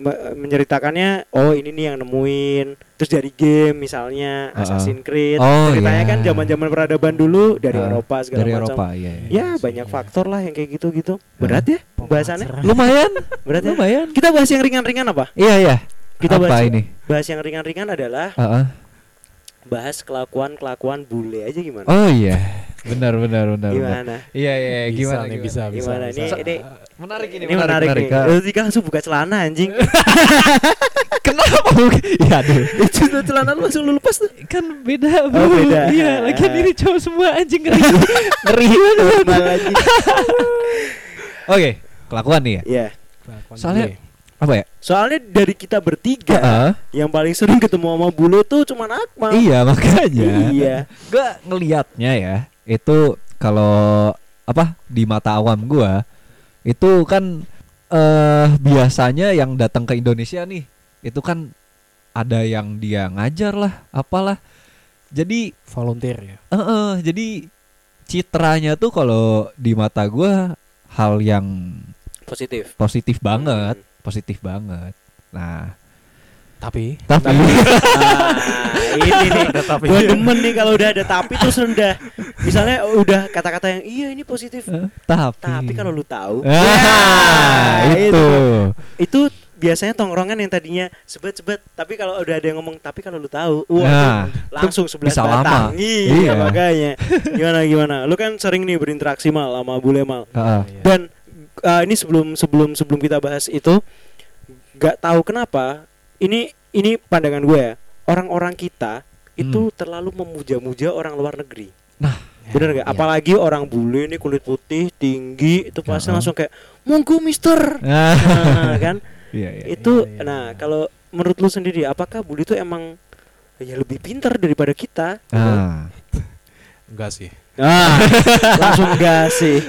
A: me- menceritakannya oh ini nih yang nemuin terus dari game misalnya
B: Ah, ah.
A: Assassin's Creed
B: Oh,
A: ceritanya
B: iya.
A: kan zaman-zaman peradaban dulu dari
B: Ah,
A: Eropa segala
B: Dari
A: macam
B: Eropa, iya. iya.
A: ya banyak faktor lah yang kayak gitu gitu berat ya bahasannya
C: Pengacara.
B: Lumayan,
A: berat ya
B: lumayan.
A: kita bahas yang ringan-ringan apa
B: Iya, iya.
A: Kita
B: Apa
A: bahas-
B: ini?
A: bahas yang ringan-ringan adalah
B: Heeh.
A: bahas kelakuan kelakuan bule aja gimana
B: Oh iya, benar benar benar. benar.
A: gimana
B: Iya iya
C: Bisa
B: gimana
C: nih,
B: gimana?
C: bisa, bisa,
A: Gimana?
C: bisa.
A: Ini- ini-
B: Menarik ini,
A: ini menarik, nih
B: menarik. ah. Eh,
A: Lalu Tika langsung buka celana anjing
B: Kenapa? Iya aduh.
A: Justru celana lu langsung lu lepas tuh
B: Kan beda bro.
A: Oh, beda.
B: Iya, lagian ini cowok semua anjing ngeri. ngeri banget.
A: Malah lagi
B: Oke, kelakuan nih ya.
A: ya
C: Pengakuan
B: Soalnya-
C: gue.
B: Apa ya?
A: soalnya dari kita bertiga
B: Heeh.
A: yang paling sering ketemu sama bule tuh cuman Akmal
B: Iya makanya.
A: Iya.
B: Gua ngelihatnya ya itu kalau apa di mata awam gua itu kan eh biasanya yang datang ke Indonesia nih itu kan ada yang dia ngajar lah apalah. Jadi
C: volunteer ya.
B: eh eh, jadi citranya tuh kalau di mata gua hal yang
A: Positif.
B: positif banget,
A: Hmm.
B: positif banget. Nah,
C: Tapi
B: tapi
A: Ah, ini nih.
C: ada tapi.
A: Gue demen nih kalau udah ada tapi terus rendah. Misalnya udah kata-kata yang iya ini positif.
B: eh, tapi
A: Tapi kalau lu tahu,
B: Ah,
A: Ya,
B: itu.
A: itu biasanya tongkrongan yang tadinya sebet-sebet, tapi kalau udah ada yang ngomong tapi kalau lu tahu,
B: Nah,
A: wah itu langsung sebelas
B: bisa
A: batang.
B: lama.
A: Iya,
B: Iya.
A: makanya. Gimana gimana? Lu kan sering nih berinteraksi mal sama Bule mal.
B: Heeh.
C: Ya. Iya.
A: Dan eh, ini sebelum sebelum sebelum kita bahas itu, nggak tahu kenapa ini ini pandangan gue ya orang-orang kita itu terlalu memuja-muja orang luar negeri.
B: Nah,
A: bener nggak?
B: iya.
A: Apalagi orang bule ini kulit putih tinggi itu pasti
B: Ya.
A: langsung kayak monggo mister,
B: Ah,
A: nah, kan?
B: Iya, iya.
A: itu,
C: iya,
A: nah
C: iya.
A: kalau menurut lu sendiri, apakah bule itu emang ya lebih pintar daripada kita?
B: Ah.
C: enggak sih.
A: Nah, langsung enggak sih?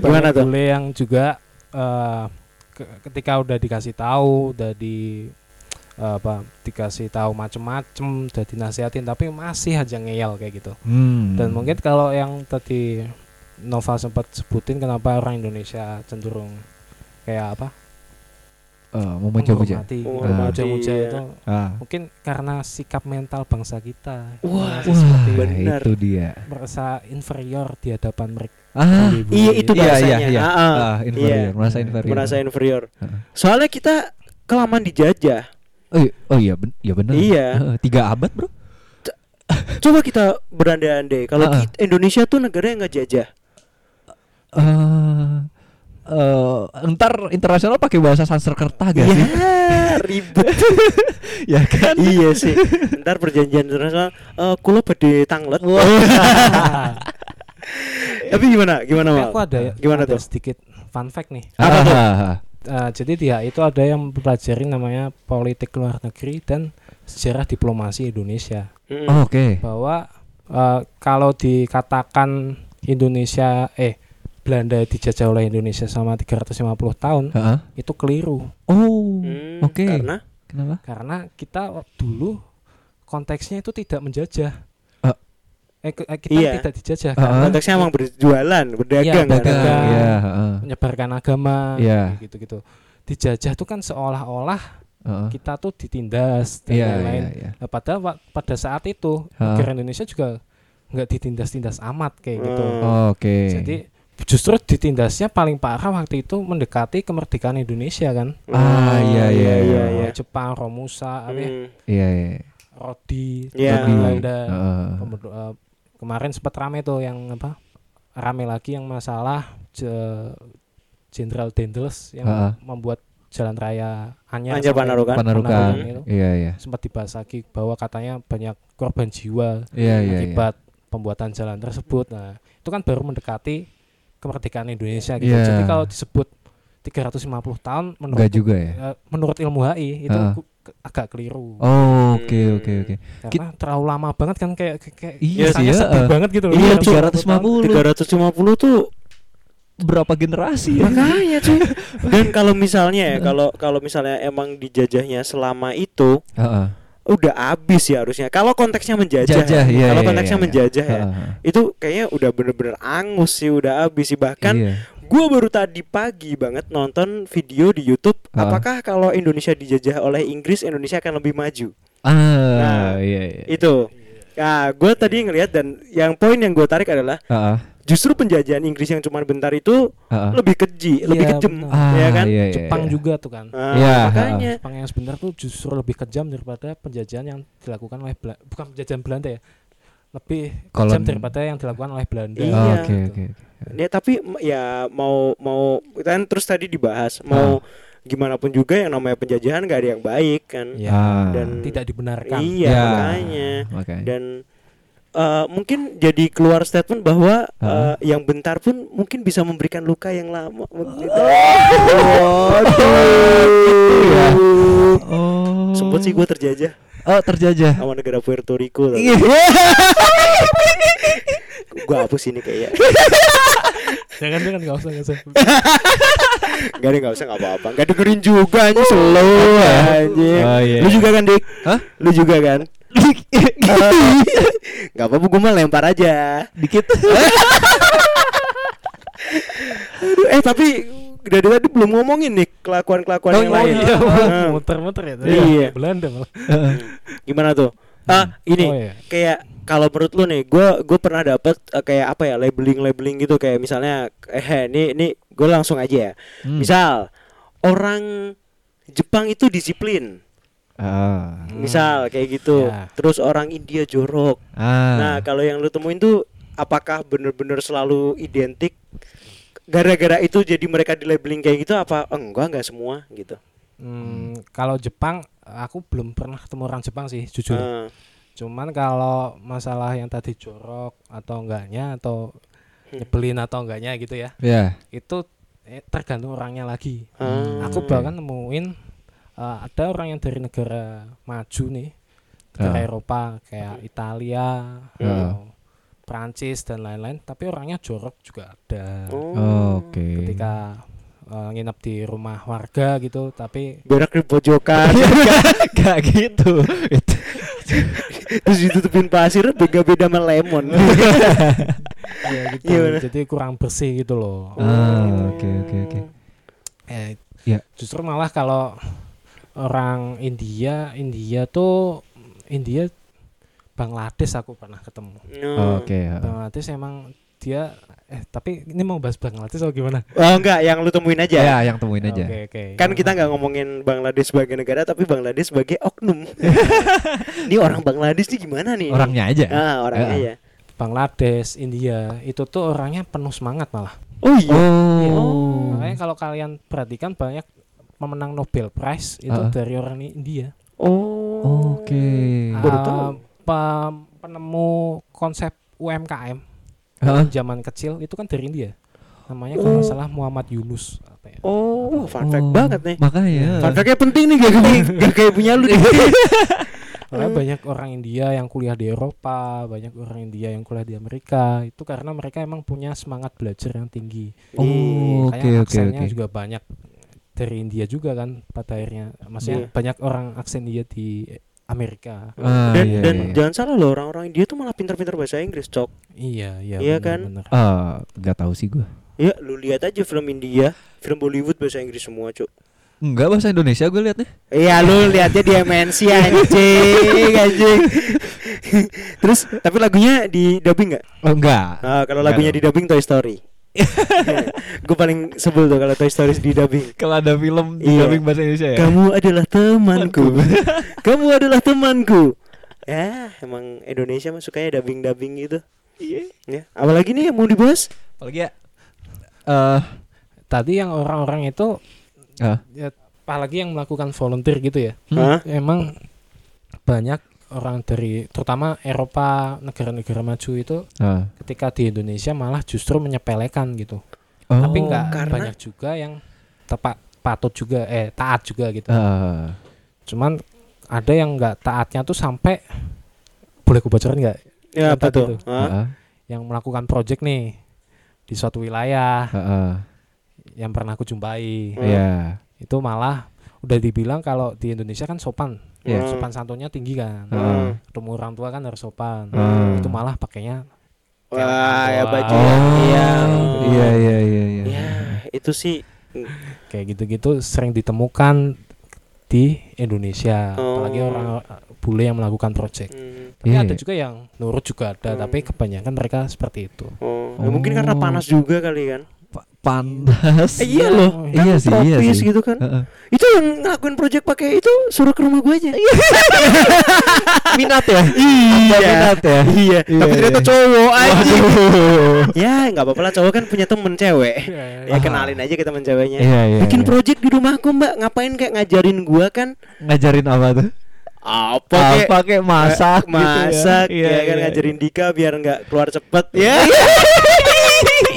A: Gimana
C: Banyak
A: tuh?
C: bule yang juga eh, ke- ketika udah dikasih tahu, udah di eh, apa dikasih tahu macem-macem, udah dinasihatin tapi masih aja ngeyel kayak gitu.
B: Hmm.
C: Dan mungkin kalau yang tadi Nova sempat sebutin kenapa orang Indonesia cenderung kayak apa?
B: eh, memuja-muja.
C: menghormati.
A: Menghormati,
C: Memuja-muja
A: iya.
C: itu
B: Ah.
C: mungkin karena sikap mental bangsa kita
A: Wah,
C: Merasa
B: Wah,
C: seperti
A: benar.
B: itu dia.
C: merasa inferior di hadapan mereka
B: Ah,
A: Iya, itu
B: iya
A: bahasanya.
B: iya iya.
A: Ah, ah.
B: Ah, inferior,
A: Iya.
B: merasa inferior.
A: merasa inferior.
B: Heeh.
A: Soalnya kita kelamaan dijajah.
B: Oh, iya- oh iya, ben iya benar.
A: Iya.
B: Heeh, tiga abad, Bro. Eh,
A: Coba kita berandai-andai kalau
B: Ah.
A: kita- Indonesia tuh negara yang ngejajah.
B: Eh eh, ntar internasional pakai bahasa Sanskerta gak Iya sih?
A: Ya, ribet.
B: ya kan?
A: iya sih. Ntar perjanjian internasional eh kula badhe tanglet. Tapi gimana? Gimana, Mal?
C: aku ada ya.
A: Nah, Gimana
C: ada
A: tuh?
C: sedikit fun fact nih
A: Apa tuh?
B: Ah,
C: Eh, jadi dia itu ada yang mempelajari namanya politik luar negeri dan sejarah diplomasi Indonesia
A: Mm-mm.
B: oh, Oke.
C: bahwa eh, kalau dikatakan Indonesia eh Belanda dijajah oleh Indonesia sama 350 tahun
B: Heeh.
C: itu keliru
B: Oh,
A: Hmm,
B: oke.
A: Karena
B: Kenapa?
C: karena kita dulu konteksnya itu tidak menjajah
B: Ah.
C: eh, ke- eh, kita
A: Iya.
C: tidak dijajah
B: Ah,
C: karena
B: ah.
A: konteksnya emang berjualan, berdagang.
C: Iya,
A: kan?
C: berdagang.
B: Iya, heeh.
C: menyebarkan agama
B: Iya.
C: gitu-gitu dijajah itu kan seolah-olah
B: Heeh.
C: kita tuh ditindas dan
B: Iya,
C: lain-lain
B: iya, iya.
C: Nah, padahal wa- pada saat itu
B: Ah.
C: negara Indonesia juga nggak ditindas-tindas amat kayak gitu
A: Hmm.
B: Oh, Oke.
C: jadi justru ditindasnya paling parah waktu itu mendekati kemerdekaan Indonesia kan
A: Hmm.
B: Ah, iya, iya, iya.
C: Oleh Jepang Romusa apa ya,
A: Hmm.
B: Iya, iya.
C: Rodi
A: Iya.
C: Jepang,
B: Jadi,
C: Belanda
B: heeh.
C: Pember- eh, kemarin sempat rame tuh yang apa rame lagi yang masalah Je- Jenderal Dendels yang
B: Ah.
C: membuat jalan raya Anyar
A: Anyar
C: sampai
A: Panarukan.
B: Panarukan.
C: Panarukan
A: gitu.
C: itu.
B: Iya, iya.
C: sempat dibahas lagi bahwa katanya banyak korban jiwa
B: Iya, iya, iya.
C: akibat pembuatan jalan tersebut nah itu kan baru mendekati kemerdekaan Indonesia gitu
B: Iya.
C: jadi kalau disebut 350 tahun menurut
B: Enggak juga ya?
C: eh, menurut ilmu HI itu
B: Ah.
C: ku- ke- agak keliru
B: Oh,
A: Hmm.
B: oke oke oke.
C: karena terlalu lama banget kan kayak kayak- kayak
B: Iya sih
C: kesannya
B: ya,
C: sepi
B: eh.
C: banget gitu loh
B: Iya,
C: 350 tahun.
A: 350 tuh
B: Berapa generasi ya?
C: Ah, iya,
A: makanya cuy. Dan kalau misalnya ya, kalau kalau misalnya emang dijajahnya selama itu
B: Heeh.
A: udah habis ya harusnya. Kalau konteksnya menjajah, ya.
B: Jajah, iya,
A: kalau
B: iya,
A: konteksnya
B: iya.
A: menjajah ya,
B: Heeh.
A: itu kayaknya udah bener-bener angus sih, udah habis sih. Bahkan
B: Iya.
A: Gue baru tadi pagi banget nonton video di YouTube.
B: Ah.
A: Apakah kalau Indonesia dijajah oleh Inggris, Indonesia akan lebih maju? Nah,
B: Ah, iya iya.
A: Itu. Nah, gue tadi ngelihat dan yang poin yang gue tarik adalah
B: Heeh.
A: justru penjajahan Inggris yang cuma bentar itu
B: Heeh.
A: lebih keji,
C: Iya,
A: lebih kejam,
C: benar.
B: Ah,
A: ya kan?
B: iya, iya,
C: Jepang
B: iya.
C: juga tuh kan
A: Nah,
B: Iya,
A: makanya.
C: Jepang yang sebenarnya tuh justru lebih kejam daripada penjajahan yang dilakukan oleh Bela- bukan penjajahan Belanda ya lebih
B: Kolon-
C: kejam daripada yang dilakukan oleh Belanda gitu.
A: Iya.
B: Oh, Oke oke.
A: Ya tapi m- ya mau mau kan terus tadi dibahas
B: Ah.
A: mau gimana pun juga yang namanya penjajahan gak ada yang baik kan?
C: Ya,
B: Ah.
A: Dan
C: tidak dibenarkan
A: iya
B: Ya.
A: makanya.
B: Makanya.
A: dan eh, mungkin jadi keluar statement bahwa eh,
B: Heeh.
A: yang bentar pun mungkin bisa memberikan luka yang lama.
B: Iya.
A: Aduh.
B: Oh.
A: Sempet sih gue terjajah
B: Oh, terjajah.
A: sama negara Puerto Rico.
B: Iya.
A: Gue hapus ini kayaknya.
C: jangan jangan nggak usah nggak usah
A: Gak deh, gak usah gak apa-apa. Gak dengerin juga anjing slow anjing.
B: Oh, iya.
A: Lu juga kan dik?
B: Hah?
A: Lu juga kan? gak apa-apa gue mah lempar aja.
B: Dikit.
A: Iya. Aduh, eh tapi dari tadi belum ngomongin nih kelakuan kelakuan
B: Oh,
A: yang
B: iya,
A: lain.
B: iya.
A: Heeh.
C: muter-muter ya tadi.
A: Iya.
C: Belanda malah
A: Gimana tuh? Ah ini
C: Oh, iya.
A: kayak kalau menurut lu nih, gue gue pernah dapet eh, kayak apa ya labeling labeling gitu kayak misalnya eh ini ini gue langsung aja ya.
B: Hmm.
A: Misal orang Jepang itu disiplin,
B: Ah.
A: misal kayak gitu.
C: Ya.
A: Terus orang India jorok. Nah
B: Ah.
A: kalau yang lu temuin tuh apakah bener-bener selalu identik? Gara-gara itu jadi mereka di labeling kayak gitu apa? Enggak enggak semua gitu.
C: Hmm, kalau Jepang aku belum pernah ketemu orang Jepang sih jujur
A: Ah.
C: Cuman kalau masalah yang tadi jorok atau enggaknya atau nyebelin atau enggaknya gitu ya,
B: Ya.
C: itu eh, tergantung orangnya lagi.
A: Ah.
C: Hmm. Aku
B: Hmm.
C: bahkan nemuin eh, ada orang yang dari negara maju nih, negara
B: Ah.
C: Eropa kayak Italia,
B: Ah.
C: atau Prancis dan lain-lain, tapi orangnya jorok juga ada.
B: Oh.
A: Oh.
B: Oke.
C: Ketika eh, nginep di rumah warga gitu, tapi
A: berak di pojokan
B: Gak gitu. Itu.
A: terus ditutupin pasir beda beda sama lemon
C: ya gitu,
A: Gimana?
B: Iya,
C: jadi kurang bersih gitu loh.
B: Ah, oke oke oke.
C: Eh,
B: Iya.
C: Justru malah kalau orang India, India tuh India Bangladesh aku pernah ketemu.
A: Hmm.
B: Oke. ya.
C: Bangladesh emang dia eh tapi ini mau bahas Bangladesh atau gimana?
A: Oh enggak, yang lu temuin aja.
B: Ya, yang temuin aja.
C: Oke, oke.
A: Kan kita nggak ngomongin Bangladesh sebagai negara tapi Bangladesh sebagai oknum. ini orang Bangladesh nih gimana nih?
B: Orangnya aja.
A: Ah, orangnya
B: Ah.
A: ya.
C: Bangladesh, India itu tuh orangnya penuh semangat malah.
A: Oh iya.
B: Oh.
C: Makanya kalau kalian perhatikan banyak pemenang Nobel Prize itu
B: Ah.
C: dari orang India.
A: Oh.
B: Oke. Hmm.
A: Baru
C: Ah,
A: tahu.
C: pe- penemu konsep UMKM
B: Hah?
C: zaman kecil itu kan dari India. Namanya kalau nggak salah Muhammad Yunus apa ya?
A: Oh, fun fact
B: Oh,
A: banget nih.
B: Makanya. Ah,
A: Fun fact-nya penting nih gak kayak gak kayak punya lu. nih.
C: Makanya
B: Hmm.
C: banyak orang India yang kuliah di Eropa, banyak orang India yang kuliah di Amerika. Itu karena mereka emang punya semangat belajar yang tinggi.
B: Oh, oke
C: Kayak
B: oke
C: aksennya
B: oke.
C: juga banyak dari India juga kan pada akhirnya. Maksudnya
A: Iya.
C: banyak orang aksen India di Amerika.
B: Ah,
A: dan
B: iya,
A: dan
B: iya.
A: jangan salah loh orang-orang India tuh malah pinter-pinter bahasa Inggris, Cok.
C: Iya, iya.
A: Iya
C: benar,
A: kan?
C: benar.
B: Ah, nggak tahu sih gua.
A: Ya, lu lihat aja film India, film Bollywood bahasa Inggris semua, Cok.
B: Enggak bahasa Indonesia gue liatnya.
A: Iya lu lihatnya di MNC anjing anjing. Terus tapi lagunya di dubbing nggak?
B: Oh, enggak.
A: Ah, kalau
B: Nggak
A: lagunya
B: dong.
A: di dubbing Toy Story. Gue paling sebel tuh kalau Toy Story di dubbing.
B: Kalau ada film di
A: Iya.
B: dubbing bahasa Indonesia ya.
A: Kamu adalah temanku. Kamu adalah temanku. Ya, emang Indonesia mah sukanya dubbing-dubbing gitu. Iya. Apalagi nih yang mau dibahas?
B: Apalagi ya. Eh,
C: Tadi yang orang-orang itu
B: ah,
C: ya, apalagi yang melakukan volunteer gitu ya.
B: Hmm.
A: Hah?
C: Emang banyak orang dari terutama Eropa, negara-negara maju itu
B: ah.
C: ketika di Indonesia malah justru menyepelekan gitu.
B: Oh.
C: Tapi nggak
A: karena-
C: banyak juga yang tepat patut juga eh taat juga gitu.
B: Ah.
C: Cuman ada yang nggak taatnya tuh sampai boleh gue bocorin nggak?
A: Ya, apa
C: Apa tuh?
A: tuh? Hah?
B: Ah,
C: Yang melakukan project nih di suatu wilayah
B: ah, ah.
C: yang pernah aku jumpai
A: Hmm.
B: Ya.
C: itu malah udah dibilang kalau di Indonesia kan sopan,
B: Iya.
A: Hmm.
C: sopan santunnya tinggi kan.
B: Ah.
C: Ketemu orang tua kan harus sopan.
B: Hmm.
C: Itu malah pakainya
A: Wah, ya baju.
B: Oh.
A: Iya.
B: Iya iya iya iya.
A: Ya, itu sih
C: kayak gitu-gitu sering ditemukan di Indonesia
A: Oh.
C: apalagi orang bule yang melakukan project
A: hmm,
C: tapi
B: Iya,
C: ada
B: iya.
C: juga yang nurut juga ada
A: Hmm.
C: tapi kebanyakan mereka seperti itu
A: Oh, ya mungkin karena
B: Oh.
A: panas juga kali kan.
B: Pa- Panas.
A: Eh, iya loh.
C: Oh,
B: Iya sih, iya
A: Tropis
B: sih.
A: gitu kan.
B: Heeh.
A: Itu yang ngelakuin project pakai itu suruh ke rumah gue aja.
B: Minat ya?
A: Iya.
B: Minat ya?
A: Iya. Tapi ternyata cowok aja.
B: Waduh.
A: Ya nggak apa-apa lah cowok kan punya temen cewek. Ya
C: Iya,
A: kenalin aja ke temen ceweknya.
B: Iya iya.
A: Bikin
B: iya.
A: project di rumahku mbak ngapain kayak ngajarin gua kan
B: ngajarin apa tuh?
A: apa kayak
B: Apa kayak masak
A: masak kan?
B: gitu ya. Iya.
A: ya, kan ngajarin Dika biar nggak keluar cepet ya